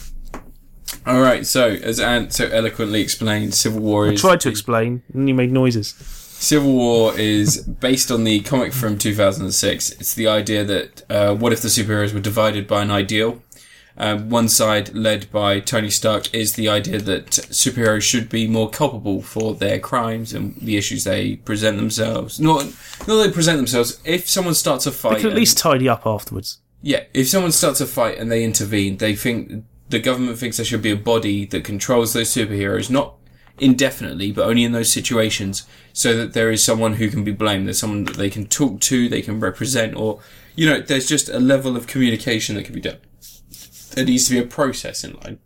All right. So as Ant so eloquently explained, Civil War is
Tried to explain, and you made noises.
Civil War is based on the comic from 2006. It's the idea that uh, what if the superheroes were divided by an ideal? Um, one side, led by Tony Stark, is the idea that superheroes should be more culpable for their crimes and the issues they present themselves. Not, not they present themselves. If someone starts a fight,
Could at
and-
least tidy up afterwards.
yeah, if someone starts a fight and they intervene, they think the government thinks there should be a body that controls those superheroes, not indefinitely, but only in those situations, so that there is someone who can be blamed. There's someone that they can talk to, they can represent, or, you know, there's just a level of communication that can be done. There needs to be a process in line.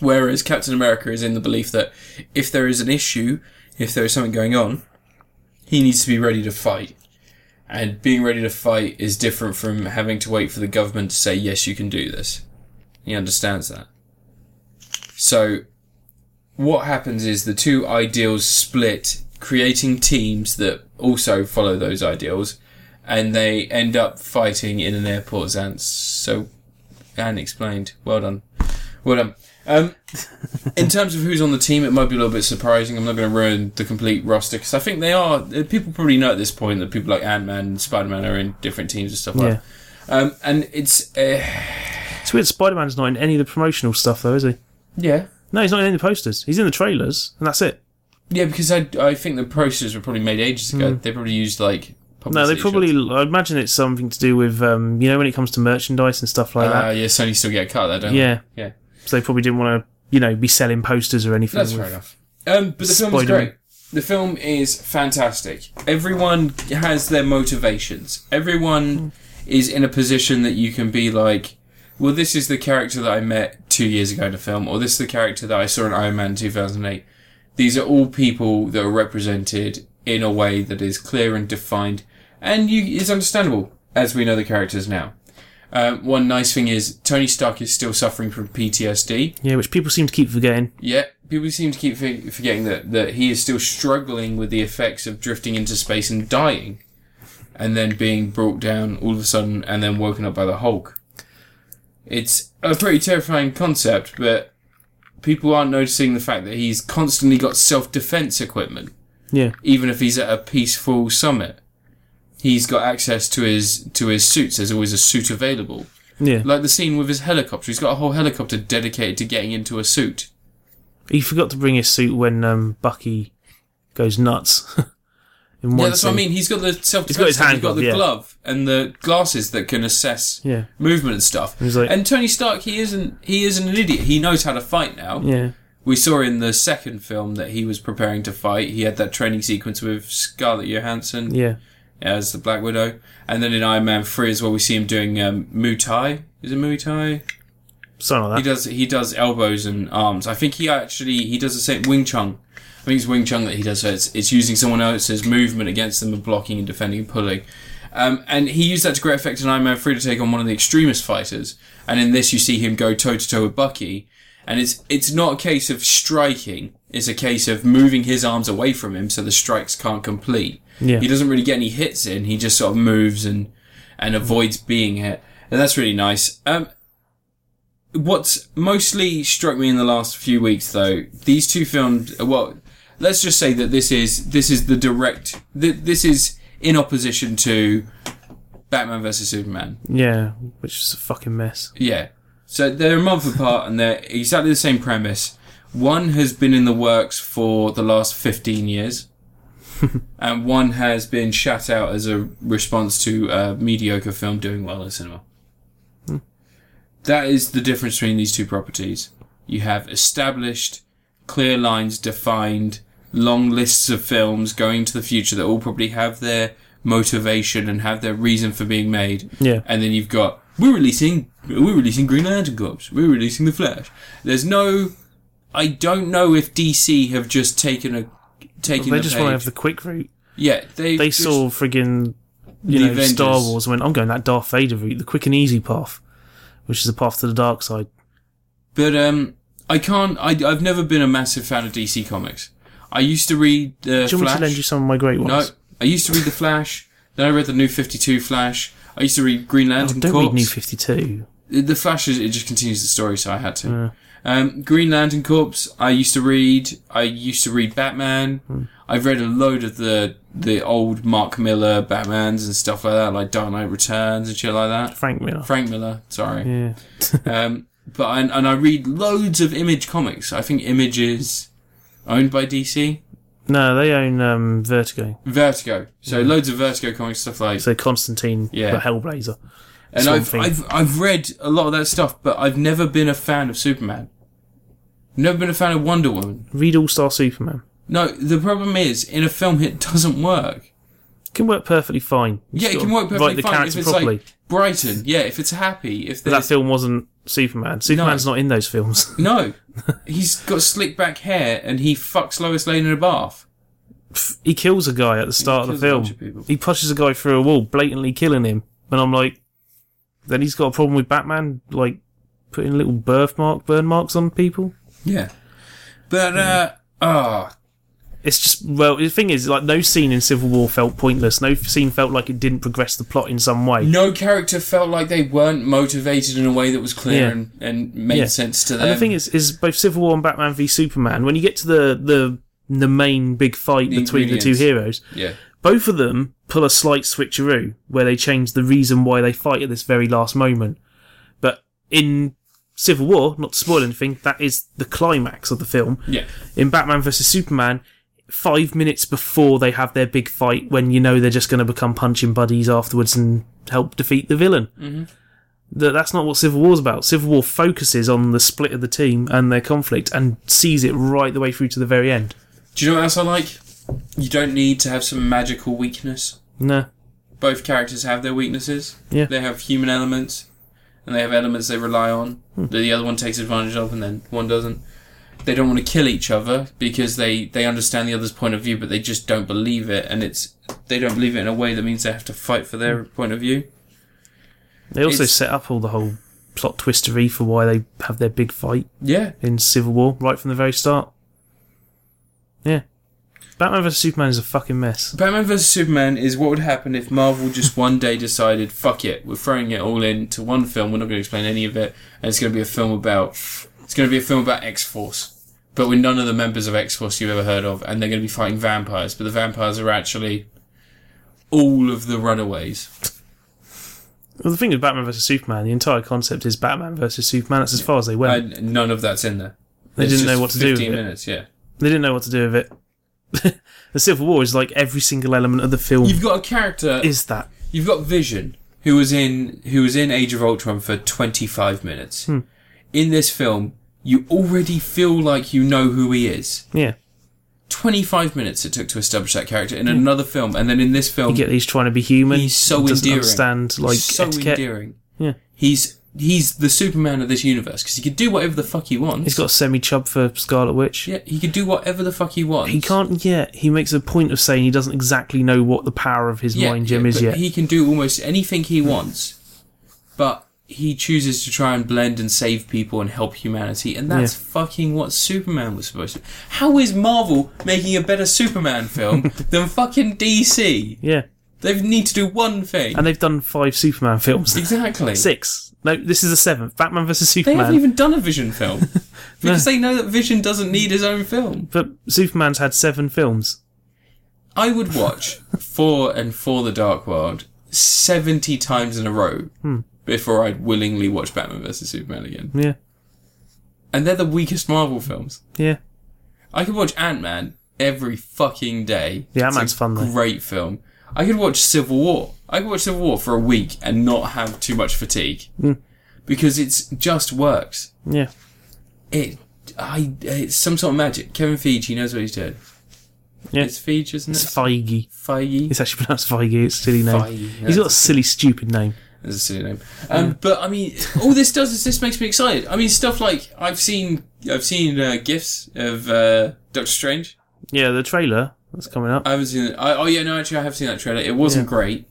Whereas Captain America is in the belief that if there is an issue, if there is something going on, he needs to be ready to fight. And being ready to fight is different from having to wait for the government to say, yes, you can do this. He understands that. So, what happens is the two ideals split, creating teams that also follow those ideals, and they end up fighting in an airport, Zance. So, Anne explained. Well done. Well done. Um, in terms of who's on the team, it might be a little bit surprising. I'm not going to ruin the complete roster because I think they are. uh, People probably know at this point that people like Ant Man and Spider Man are in different teams and stuff like
Yeah.
that. Um, and it's. Uh,
It's weird. Spider Man's not in any of the promotional stuff, though, is he?
yeah.
No, he's not in any of the posters. He's in the trailers, and that's it.
Yeah, because I, I think the posters were probably made ages ago. They probably used like
Hmm. No, they
publicity
probably.
shots.
I imagine it's something to do with um, you know when it comes to merchandise and stuff like
Ah,
that.
yeah, Sony still get a cut of that, don't
Yeah,
they? Yeah,
so they probably didn't want to you know be selling posters or anything.
that's
with-
fair enough. Um, but the film is
Spider-Man.
great. The film is fantastic. Everyone has their motivations.
Hmm.
Everyone is in a position that you can be like, well, this is the character that I met two years ago in a film, or this is the character that I saw in Iron Man 2008. These are all people that are represented in a way that is clear and defined, and you, is understandable as we know the characters now. Um, one nice thing is Tony Stark is still suffering from PTSD.
Yeah, which people seem to keep forgetting.
Yeah, people seem to keep for- forgetting that, that he is still struggling with the effects of drifting into space and dying, and then being brought down all of a sudden, and then woken up by the Hulk. It's a pretty terrifying concept, but people aren't noticing the fact that he's constantly got self defense equipment
Yeah,
even if he's at a peaceful summit. He's got access to his to his suits. There's always a suit available.
yeah.
Like the scene with his helicopter. He's got a whole helicopter dedicated to getting into a suit.
He forgot to bring his suit when um, Bucky goes nuts. in one
Yeah, that's what I
scene.
mean. He's got the self defense.
got his hand
the
glove, yeah.
glove and the glasses that can assess
Yeah.
movement and stuff.
He's like-
and Tony Stark, he isn't he isn't an idiot. He knows how to fight now.
Yeah,
We saw in the second film that he was preparing to fight. He had that training sequence with Scarlett Johansson.
yeah.
as the Black Widow. And then in Iron Man 3 as well, we see him doing um, Muay Thai. Is it Muay Thai?
Something like
He
that.
does he does elbows and arms. I think he actually he does the same Wing Chun. I think it's Wing Chun that he does. So it's, it's using someone else's movement against them and blocking and defending and pulling. Um, and he used that to great effect in Iron Man 3 to take on one of the extremist fighters. And in this, you see him go toe to toe with Bucky. And it's it's not a case of striking. It's a case of moving his arms away from him so the strikes can't complete.
Yeah.
He doesn't really get any hits in. He just sort of moves and and avoids being hit, and that's really nice. Um, what's mostly struck me in the last few weeks, though, these two films. Well, let's just say that this is this is the direct. Th- this is in opposition to Batman versus Superman.
Yeah, which is a fucking mess.
Yeah. So they're a month apart and they're exactly the same premise. One has been in the works for the last 15 years, and one has been shut out as a response to a mediocre film doing well in cinema.
Hmm.
That is the difference between these two properties. You have established, clear lines defined, long lists of films going to the future that all probably have their motivation and have their reason for being made
Yeah.
and then you've got we're releasing we're releasing Green Lantern Corps, we're releasing the Flash. There's no, I don't know if DC have just taken a taken.
They
the
just
page.
want to have the quick route.
yeah. They
They
just-
saw friggin' you
The
know Star
Avengers.
Wars and went, I'm going that Darth Vader route, the quick and easy path, which is the path to the dark side.
but um, I can't. I I've never been a massive fan of DC comics. I used to read the
Do you want me
Flash.
to lend you some of my great
no,
ones?
I used to read the Flash. Then I read the New Fifty Two Flash. I used to read Green Lantern
Oh, Don't
Corps.
read New 52.
The- The Flash is, it just continues the story, so I had to. Um, Green Lantern Corps. I used to read. I used to read Batman.
Hmm.
I've read a load of the the old Mark Miller Batmans and stuff like that, like Dark Knight Returns and shit like that.
Frank Miller.
Frank Miller, sorry.
yeah.
Um, but I, and I read loads of Image comics. I think Image is owned by DC.
No, they own um, Vertigo.
Vertigo. So loads of Vertigo comics, stuff like
So Constantine,
Yeah.
the Hellblazer.
And
Swamp
I've,
Thing.
I've I've read a lot of that stuff, but I've never been a fan of Superman. Never been a fan of Wonder Woman.
Read All Star Superman.
No, the problem is in a film it doesn't work.
Can work perfectly fine.
Yeah,
You just
it can
gotta
work perfectly
Write the
fine
character
if it's
properly.
like Brighton. Yeah, if it's happy. If
But that
there's
film wasn't Superman. Superman's not in those films.
no, he's got slick back hair and he fucks Lois Lane in a bath.
he kills a guy at the start
kills
of the
a
film.
bunch of people.
he pushes a guy through a wall, blatantly killing him. And I'm like, then he's got a problem with Batman, like putting little birthmark, burn marks on people.
Yeah, but uh, ah,
It's just well, the thing is, like, no scene in Civil War felt pointless. No scene felt like it didn't progress the plot in some way.
no character felt like they weren't motivated in a way that was clear
Yeah.
and, and made
Yeah.
sense to them.
And the thing is, is both Civil War and Batman v Superman. When you get to the the the main big fight
The
between the two
ingredients.
heroes,
yeah,
both of them pull a slight switcheroo where they change the reason why they fight at this very last moment. But in Civil War, not to spoil anything, that is the climax of the film.
yeah.
In Batman vs Superman, five minutes before they have their big fight, when you know they're just going to become punching buddies afterwards and help defeat the villain. Mm-hmm. That that's not what Civil War's about. Civil War focuses on the split of the team and their conflict and sees it right the way through to the very end.
Do you know what else I like? You don't need to have some magical weakness.
No,
Both characters have their weaknesses.
Yeah.
They have human elements, and they have elements they rely on
Hmm.
that the other one takes advantage of, and then one doesn't. They don't want to kill each other because they they understand the other's point of view, but they just don't believe it, and it's they don't believe it in a way that means they have to fight for their
Hmm.
point of view.
They also
It's-
set up all the whole plot twistery for why they have their big fight
Yeah.
in Civil War right from the very start. Yeah. Batman vs Superman is a fucking mess.
Batman vs Superman is what would happen if Marvel just one day decided, fuck it, we're throwing it all into one film. We're not going to explain any of it, and it's going to be a film about it's going to be a film about X Force, but with none of the members of X Force you've ever heard of, and they're going to be fighting vampires, but the vampires are actually all of the Runaways.
Well, the thing with Batman vs Superman, the entire concept is Batman vs Superman. That's as far as they went.
And none of that's in there.
They
It's
didn't
just
know what to do with
15
it.
minutes, yeah.
They didn't know what to do with it. the Civil War is like every single element of the film
You've got a character.
is that.
You've got Vision, who was in who was in Age of Ultron for 25 minutes.
Hmm.
In this film, you already feel like you know who he is.
Yeah.
25 minutes it took to establish that character in another film, and then in this film,
You get that he's trying to be human.
he's so
doesn't
endearing.
understand like
so
etiquette.
endearing.
Yeah.
He's he's the Superman of this universe because he could do whatever the fuck he wants.
He's got a semi chub for Scarlet Witch.
yeah, he could do whatever the fuck he wants.
He can't yet. He makes a point of saying he doesn't exactly know what the power of his mind gem is
but
yet.
He can do almost anything he wants, but he chooses to try and blend and save people and help humanity, and that's fucking what Superman was supposed to. How is Marvel making a better Superman film than fucking DC?
Yeah.
They need to do one thing.
And they've done five Superman films.
exactly.
Six. No, this is the seventh. Batman versus
They
Superman.
haven't even done a Vision film because they know that Vision doesn't need his own film.
But Superman's had seven films.
I would watch Four and For the Dark World seventy times in a row
Hmm.
before I'd willingly watch Batman vs Superman again.
Yeah.
And they're the weakest Marvel films.
Yeah.
I could watch Ant Man every fucking day.
Yeah,
It's a
Ant-Man's fun, though.
Great film. I could watch Civil War. I could watch Civil War for a week and not have too much fatigue
Mm.
because it's just works.
Yeah.
It, I, it's some sort of magic. Kevin Feige he knows what he's doing.
Yeah.
It's Feige, isn't
It's
it?
Feige.
Feige.
It's actually pronounced Feige. It's a silly name.
Feige,
He's got a
that's-
silly, stupid name.
That's a silly name. Um, But I mean, all this does is this makes me excited. I mean, stuff like I've seen, I've seen uh, gifs of uh, Doctor Strange.
Yeah, the trailer that's coming up.
I haven't seen it. I, oh yeah, no, actually, I have seen that trailer. It wasn't great.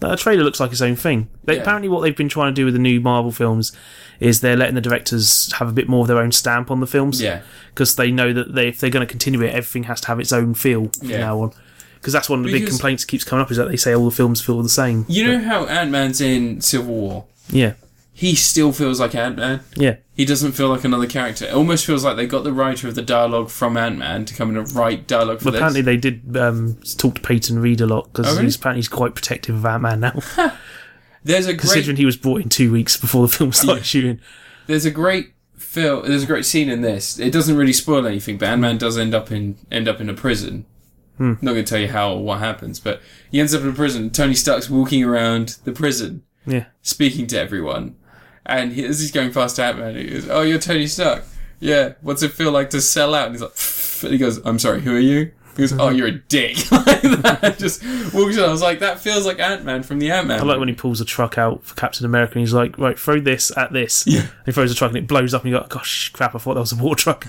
That trailer looks like its own thing. They,
Yeah.
Apparently, what they've been trying to do with the new Marvel films is they're letting the directors have a bit more of their own stamp on the films.
Yeah.
Because they know that they, if they're going to continue it, everything has to have its own feel from
Yeah.
now on. Because that's one of the big
Because-
complaints that keeps coming up is that they say all the films feel the same.
You know how Ant Man's in Civil War?
Yeah.
He still feels like Ant Man.
Yeah.
He doesn't feel like another character. It almost feels like they got the writer of the dialogue from Ant Man to come in and write dialogue for
But apparently
this.
they did um, talk to Peyton Reed a lot because
Oh, really?
he's apparently he's quite protective of Ant Man now,
There's a great
considering he was brought in two weeks before the film started shooting.
there's a great film. There's a great scene in this. It doesn't really spoil anything, but Ant Man does end up in end up in a prison. Not going to tell you how or what happens, but he ends up in a prison. Tony Stark's walking around the prison,
Yeah,
speaking to everyone, and he, as he's going past Ant Man, he goes, "Oh, you're Tony Stark. Yeah, what's it feel like to sell out?" And he's like, and he goes, "I'm sorry, who are you?" He goes,
Mhm.
"Oh, you're a dick." like that, just walks on. I was like, that feels like Ant Man from the Ant Man.
I like when he pulls a truck out for Captain America and he's like, right, throw this at this. Yeah. And he throws a truck and it blows up and you go, gosh, crap, I thought that was a war truck.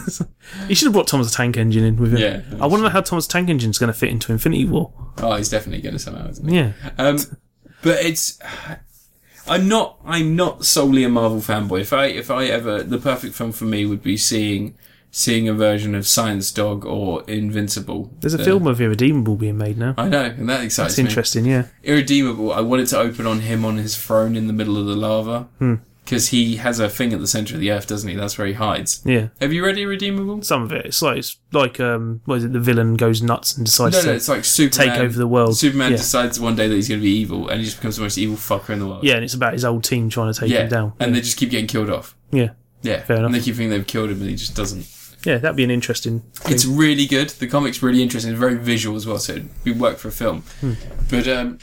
he should have brought Thomas the Tank Engine in with him.
Yeah.
I want to know how Thomas the Tank Engine's going to fit into Infinity War.
Oh, he's definitely going to sell out. Isn't he?
Yeah.
Um, but it's I'm not I'm not solely a Marvel fanboy. If I if I ever the perfect film for me would be seeing seeing a version of Science Dog or Invincible.
There's a
Uh,
film of Irredeemable being made now.
Oh, I know, and that excites
It's
me.
interesting, yeah.
Irredeemable. I wanted to open on him on his throne in the middle of the lava
Hmm.
because he has a thing at the center of the earth, doesn't he? That's where he hides.
Yeah.
Have you read Irredeemable?
Some of it. It's like, it's like um, what is it, the villain goes nuts and decides
No,
to
no, it's like Superman.
take over the world.
Superman
yeah.
decides one day that he's going to be evil, and he just becomes the most evil fucker in the world.
yeah, and it's about his old team trying to take
yeah.
him down.
and they just keep getting killed off.
yeah.
Yeah,
Fair enough.
and they keep thinking they've killed him, and he just doesn't.
Yeah, that'd be an interesting thing.
It's really good. The comic's really interesting. It's very visual as well, so it'd be work for a film.
Hmm.
But um,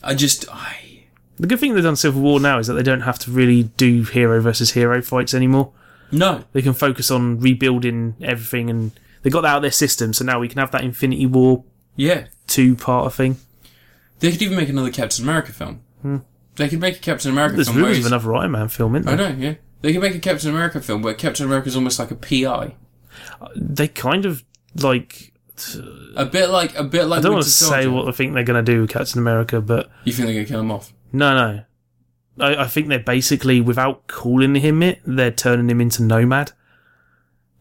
I just I
the good thing they've done Civil War now is that they don't have to really do hero versus hero fights anymore.
no
they can focus on rebuilding everything and they got that out of their system so now we can have that infinity war
yeah.
2 part of thing
They could even make another Captain America film. They could make a Captain America
Hmm. there's
film. Where
rumours of
he's,
another iron man film isn't
I
there?
know, yeah. They could make a Captain America film where Captain America's almost like a PI,
they kind of like
a bit like a bit like.
i don't
Winter
want to say
Soldier.
what i think they're going to do with captain america but
you think they're gonna kill him off.
no no I, I think they're basically without calling him it they're turning him into nomad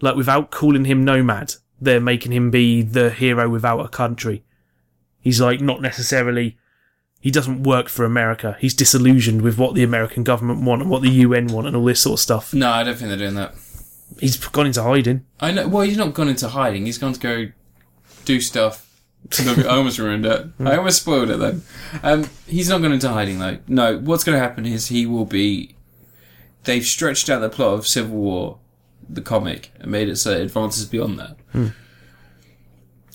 like without calling him nomad they're making him be the hero without a country he's like not necessarily he doesn't work for america he's disillusioned with what the american government want and what the un want and all this sort of stuff
No, I don't think they're doing that.
he's gone into hiding
I know. Well, he's not gone into hiding. He's gone to go do stuff. I almost ruined it.
Hmm.
I almost spoiled it though. Um, he's not gone into hiding though. No, what's going to happen is he will be. They've stretched out the plot of Civil War, the comic, and made it so it advances beyond that.
Hmm.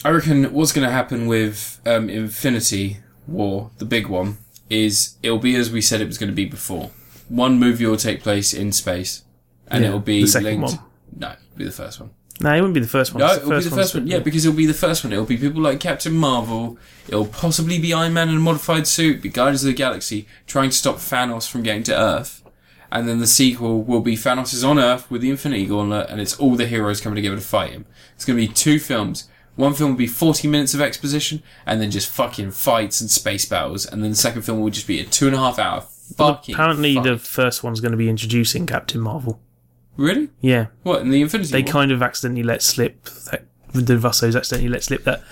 I reckon what's going to happen with um, Infinity War, the big one, is it'll be as we said it was going to be before. One movie will take place in space, and
Yeah,
it'll be
the second
linked.
one.
No, it'll be the first one.
no he wouldn't be the first one
No,
It's
it'll be the first one. Yeah, because it'll be the first one. It'll be people like Captain Marvel. It'll possibly be Iron Man in a modified suit. Be Guardians of the Galaxy trying to stop Thanos from getting to Earth. And then the sequel will be Thanos is on Earth with the Infinity Gauntlet, and it's all the heroes coming together to fight him. It's going to be two films. One film would be 40 minutes of exposition and then just fucking fights and space battles, and then the second film would just be a two and a half hour fucking.
Apparently,
fight.
the first one's going to be introducing Captain Marvel.
Really?
Yeah,
What, in the Infinity
they
War?
kind of accidentally let slip that the Russos accidentally let slip that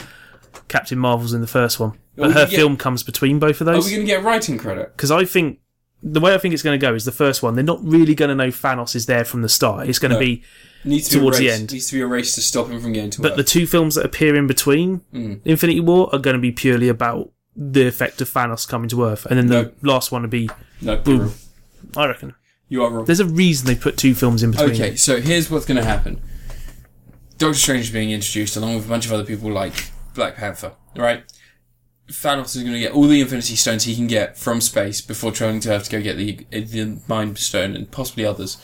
Captain Marvel's in the first one,
Are we
but her
gonna get-
film comes between both of
Are
those.
we going to get writing credit?
because I think the way I think it's going to go is the first one. They're not really going to know Thanos is there from the start. It's going to
No.
be,
Needs to
Towards
be
the
a race.
end.
Needs to be a race to stop him from getting to
but
Earth.
the two films that appear in between
Mm.
Infinity War are going to be purely about the effect of Thanos coming to Earth, and then the last one will be,
no, you're wrong.
I reckon.
you are wrong.
There's a reason they put two films in between.
Okay, so here's what's going to happen. Doctor Strange is being introduced along with a bunch of other people like Black Panther, right? Thanos is going to get all the Infinity Stones he can get from space before traveling to Earth to go get the, the Mind Stone and possibly others.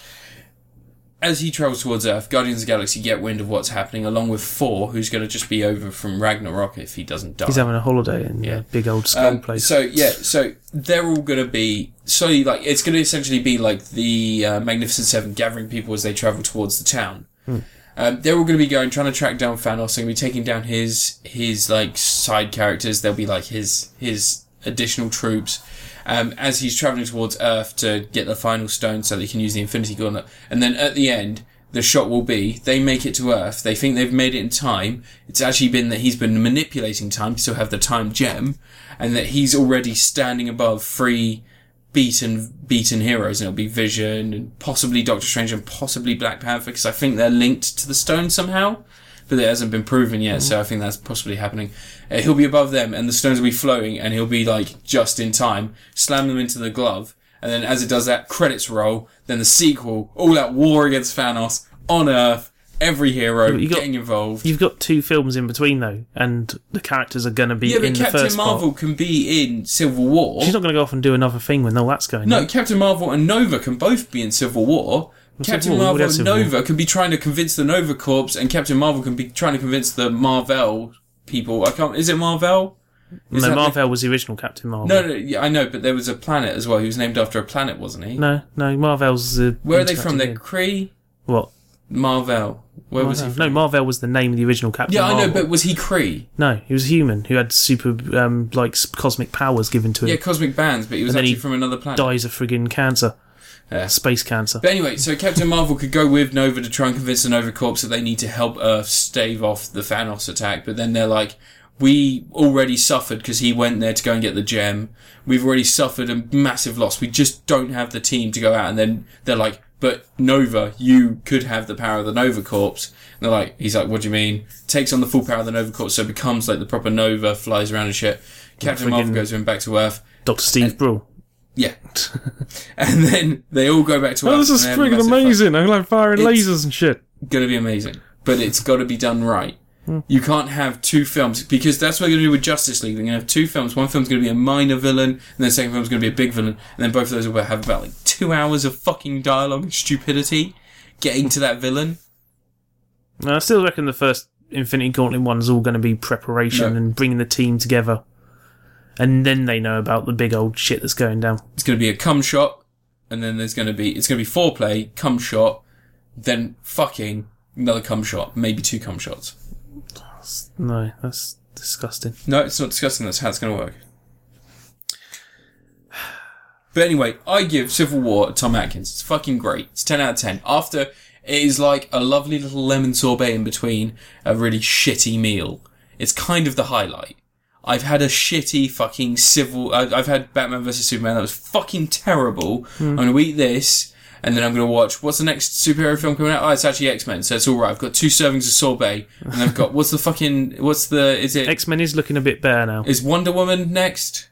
As he travels towards Earth, Guardians of the Galaxy get wind of what's happening, along with Thor, who's going to just be over from Ragnarok if he doesn't die.
He's having a holiday in a big old skull
Um,
place.
So yeah, so they're all going to be slowly like it's going to essentially be like the uh, Magnificent Seven gathering people as they travel towards the town. Um, they're all going to be going trying to track down Thanos. They're going to be taking down his his like side characters. They'll be like his his additional troops. Um, as he's traveling towards Earth to get the final stone so that he can use the Infinity Gauntlet, and then at the end, the shot will be they make it to Earth. They think they've made it in time. It's actually been that he's been manipulating time to still have the time gem, and that he's already standing above three beaten beaten heroes, and it'll be Vision and possibly Doctor Strange and possibly Black Panther because I think they're linked to the stone somehow, but it hasn't been proven yet. So I think that's possibly happening. Uh, he'll be above them, and the stones will be floating, and he'll be like just in time, slam them into the glove, and then as it does that, credits roll. Then the sequel, all out war against Thanos on Earth, every hero
you got-
getting involved.
You've got two films in between though, and the characters are going to be
yeah,
in
but
the
Captain
first
Marvel
part.
can be in Civil War.
She's not going to go off and do another thing when all that's going.
No,
on.
Captain Marvel and Nova can both be in Civil War. Captain
Civil War, we
Marvel
would have
and
Civil War.
Nova can be trying to convince the Nova Corps, and Captain Marvel can be trying to convince the Marvel people. I can't. Is it Marvel? Is that
no
the-
Marvel was the original Captain Marvel.
No, no, yeah, I know, but there was a planet as well. He was named after a planet, wasn't he?
no, no, Marvel's the.
Where are they from? They're
interactive-
Kree,
What?
Marvel. Where was he
Marvel.
from?
No, Marvel was the name of the original Captain
yeah,
Marvel.
I know, but was he Kree?
No, he was a human who had super, um, like, s- cosmic powers given to him.
Yeah, cosmic bands, but he was
And then
actually
he
from another planet.
Dies of friggin' cancer.
Yeah.
Space cancer.
But anyway, so Captain Marvel could go with Nova to try and convince the Nova Corps that they need to help Earth stave off the Thanos attack, but then they're like, we already suffered because he went there to go and get the gem. We've already suffered a massive loss. We just don't have the team to go out. And then they're like, but Nova, you could have the power of the Nova Corps. And they're like, he's like, what do you mean? Takes on the full power of the Nova Corps, so becomes like the proper Nova, flies around and shit. Captain Marvel
friggin-
goes with him back to Earth.
Dr. Steve Brule.
Yeah. and then they all go back to Earth.
Oh, this
and
is
they have a
friggin'
massive fight
amazing. I'm like firing
It's-
lasers and shit.
going to be amazing, but it's got to be done right. You can't have two films because that's what they're going to do with Justice League. They're going to have two films. One film's going to be a minor villain, and then the second film's going to be a big villain, and then both of those will have about like two hours of fucking dialogue and stupidity getting to that villain.
No, I still reckon the first Infinity Gauntlet one's all going to be preparation
No.
and bringing the team together. And then they know about the big old shit that's going down.
It's going to be a cum shot, and then there's going to be it's going to be foreplay, cum shot, then fucking another cum shot, maybe two cum shots.
No, that's disgusting.
No, it's not discussing That's how it's going to work. But anyway, I give Civil War a Tom Atkins. It's fucking great. It's 10 out of 10. After it is like a lovely little lemon sorbet in between a really shitty meal. It's kind of the highlight. I've had a shitty fucking civil. I- I've had Batman vs Superman that was fucking terrible. I'm gonna eat this, and then I'm gonna watch what's the next superhero film coming out. Oh, it's actually X Men, so it's all right. I've got two servings of sorbet, and I've got what's the fucking what's the is it
X Men is looking a bit better now.
is Wonder Woman next?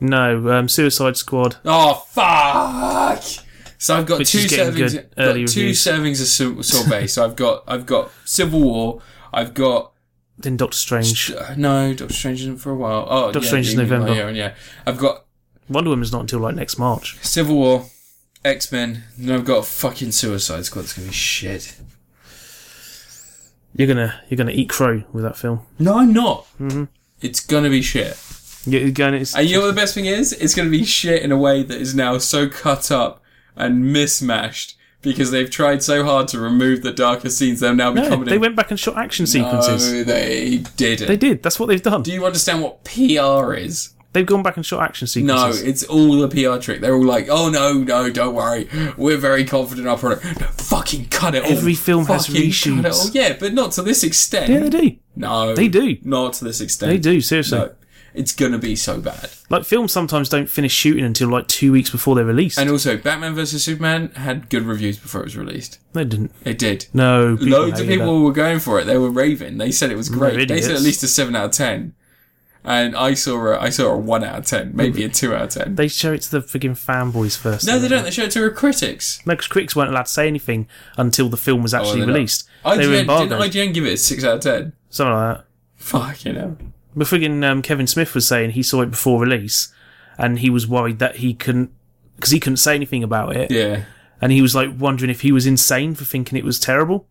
No, um, Suicide Squad.
Oh fuck! So I've got
Which
two
is getting
servings.
good
got
early
two
reviews.
servings of sor- sorbet. so I've got I've got Civil War. I've got
Then Doctor Strange.
uh, no Doctor Strange isn't for a while. Oh,
Doctor
yeah,
Strange is
yeah, yeah,
November.
Yeah, yeah. I've got
Wonder Woman's not until like next March.
Civil War, X Men, and I've got fucking Suicide Squad. It's gonna be shit.
You're gonna you're gonna eat crow with that film.
No, I'm not.
Mm-hmm.
It's gonna be shit.
You're going it's,
And you know what the best thing is? It's going to be shit in a way that is now so cut up and mismatched because they've tried so hard to remove the darker scenes. They'll now be
No,
comedy.
they went back and shot action sequences.
no, they didn't.
They did. That's what they've done.
Do you understand what PR is?
They've gone back and shot action
No,
sequences.
it's all a PR trick. They're all like, "Oh no, no, don't worry, we're very confident in our product." No, fucking cut it. all.
Every film has
Fucking cut it
reshoots.
all. Yeah, but not to this extent.
Yeah, they do.
No,
They do.
Not to this extent.
They do, seriously.
No, it's gonna be so bad.
Like, films sometimes don't finish shooting until like two weeks before they're released.
And also, Batman vs Superman had good reviews before it was released.
they didn't.
It did.
No. People
Loads of
hated
people were going for it. They were raving. They said it was great. They said at
idiots.
least a seven out of ten. And I saw a, I saw a one out of ten, maybe a two out of ten.
that. They show it to the frigging fanboys first.
No, they don't. They showed it to critics.
No, because critics weren't allowed to say anything until the film was actually
they're not.
released.
IGN,
they were embargoed.
Didn't IGN give it a 6 out of 10?
Something like that.
Fucking hell.
But friggin' um, Kevin Smith was saying he saw it before release, and he was worried that he couldn't, because he couldn't say anything about it,
Yeah.
and he was like wondering if he was insane for thinking it was terrible.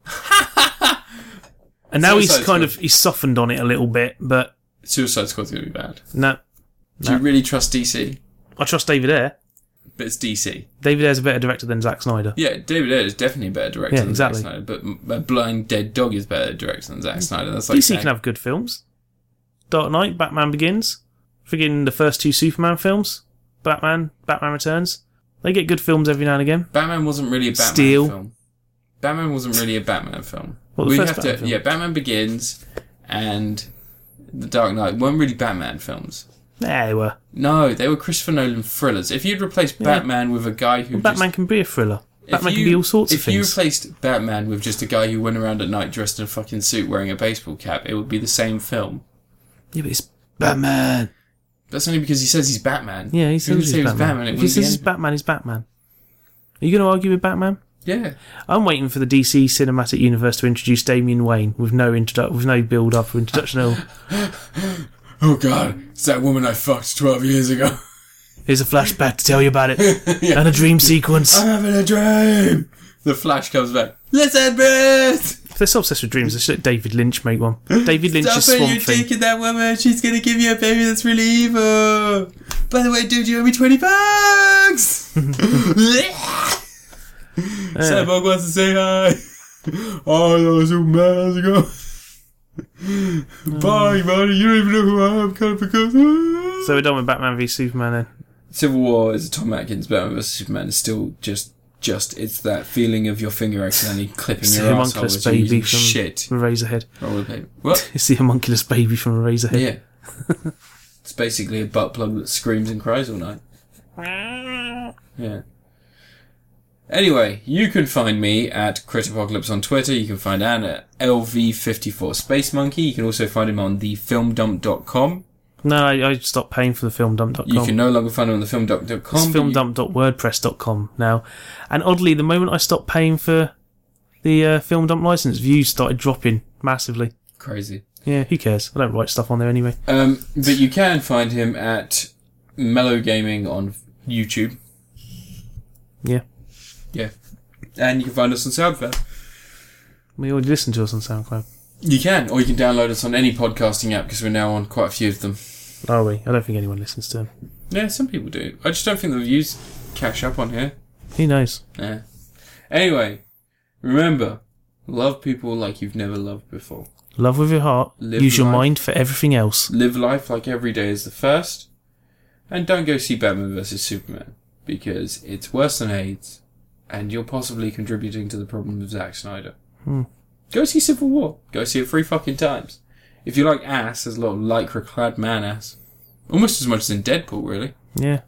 and now he's
Suicide
kind
Squad.
of he's softened on it a little bit, but
Suicide Squad's going to be bad.
no,
Do you really trust DC?
I trust David Ayer.
But it's DC.
David Ayer's a better director than Zack Snyder.
Yeah, David Ayer is definitely a better director
Yeah,
than
exactly.
Zack Snyder, but M- a blind dead dog is better director than Zack Snyder. That's like
DC
saying-
can have good films. Dark Knight, Batman Begins, friggin' the first two Superman films, Batman, Batman Returns. They get good films every now and again.
Batman wasn't really a Batman
Steel.
film. Batman wasn't really a Batman film.
Well, the
we have
first
to
Batman film.
yeah, Batman Begins and The Dark Knight weren't really Batman films.
Nah, they were.
No, they were Christopher Nolan thrillers. If you'd replaced Batman with a guy who just
Batman can be a thriller.
If
Batman
you-
can be all sorts of
if
things.
you replaced Batman with just a guy who went around at night dressed in a fucking suit wearing a baseball cap, it would be the same film.
yeah, but it's Batman.
That's only because he says he's Batman.
Yeah, he
If didn't
says he's
say he was
Batman.
Batman. It
if he
wouldn't be
says he's Batman, he's Batman. Are you going to argue with Batman?
any- yeah.
I'm waiting for the DC cinematic universe to introduce Damian Wayne with no introdu- with no build up or introduction at all.
Oh god, it's that woman I fucked twelve years ago.
Here's a flashback to tell you about it and a dream sequence.
I'm having a dream. The Flash comes back. Listen, Bruce.
If they're so obsessed with dreams, they should let David Lynch make one. David Lynch is
Stop it!
Swamp
You're
Thing.
taking that woman. She's gonna give you a baby that's really evil. By the way, dude, you owe me twenty bucks. Cyborg wants to say hi. Oh, that was so mad hours ago. Bye, buddy. You don't even know who I am, kind of because.
So we're done with Batman v Superman then.
Civil War is a Tom Atkins Batman vs Superman. It's still just, just it's that feeling of your finger accidentally clipping
It's the
your asshole
homunculus
as you
baby
use
from
shit.
Razorhead.
Roller paper. What?
It's the homunculus baby from Razorhead.
Yeah. it's basically a butt plug that screams and cries all night. Yeah. Anyway, you can find me at Critapocalypse on Twitter. You can find Anne at LV54 Space Monkey. You can also find him on thefilmdump.com.
No, I, I stopped paying for the filmdump.com.
You can no longer find him on thefilmdump.com.
It's
but you-
filmdump.wordpress.com now. And oddly, the moment I stopped paying for the uh, film dump license, views started dropping massively.
Crazy.
Yeah, who cares? I don't write stuff on there anyway.
Um, but you can find him at Mellow Gaming on YouTube.
Yeah.
Yeah. And you can find us on SoundCloud.
We already listened to us on SoundCloud.
You can, or you can download us on any podcasting app because we're now on quite a few of them.
Are we? I don't think anyone listens to them.
Yeah, some people do. I just don't think the views catch up on here.
Who knows?
Yeah. Anyway, remember, love people like you've never loved before.
Love with your heart.
Live
use your
life.
mind for everything else.
Live life like every day is the first, and don't go see Batman vs Superman because it's worse than AIDS, and you're possibly contributing to the problem of Zack Snyder. Go see Civil War. Go see it three fucking times. If you like ass, there's a lot of lycra clad man ass. Almost as much as in Deadpool, really.
Yeah.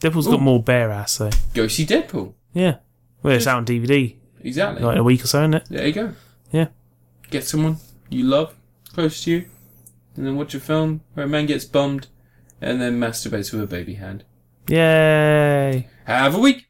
Devil's got more bare ass though.
Go see Deadpool.
Yeah. Well, it's out on DVD
Exactly.
like in a week or so, isn't it?
There you go.
Yeah.
Get someone you love close to you, and then watch a film where a man gets bummed and then masturbates with a baby hand.
Yay!
Have a week!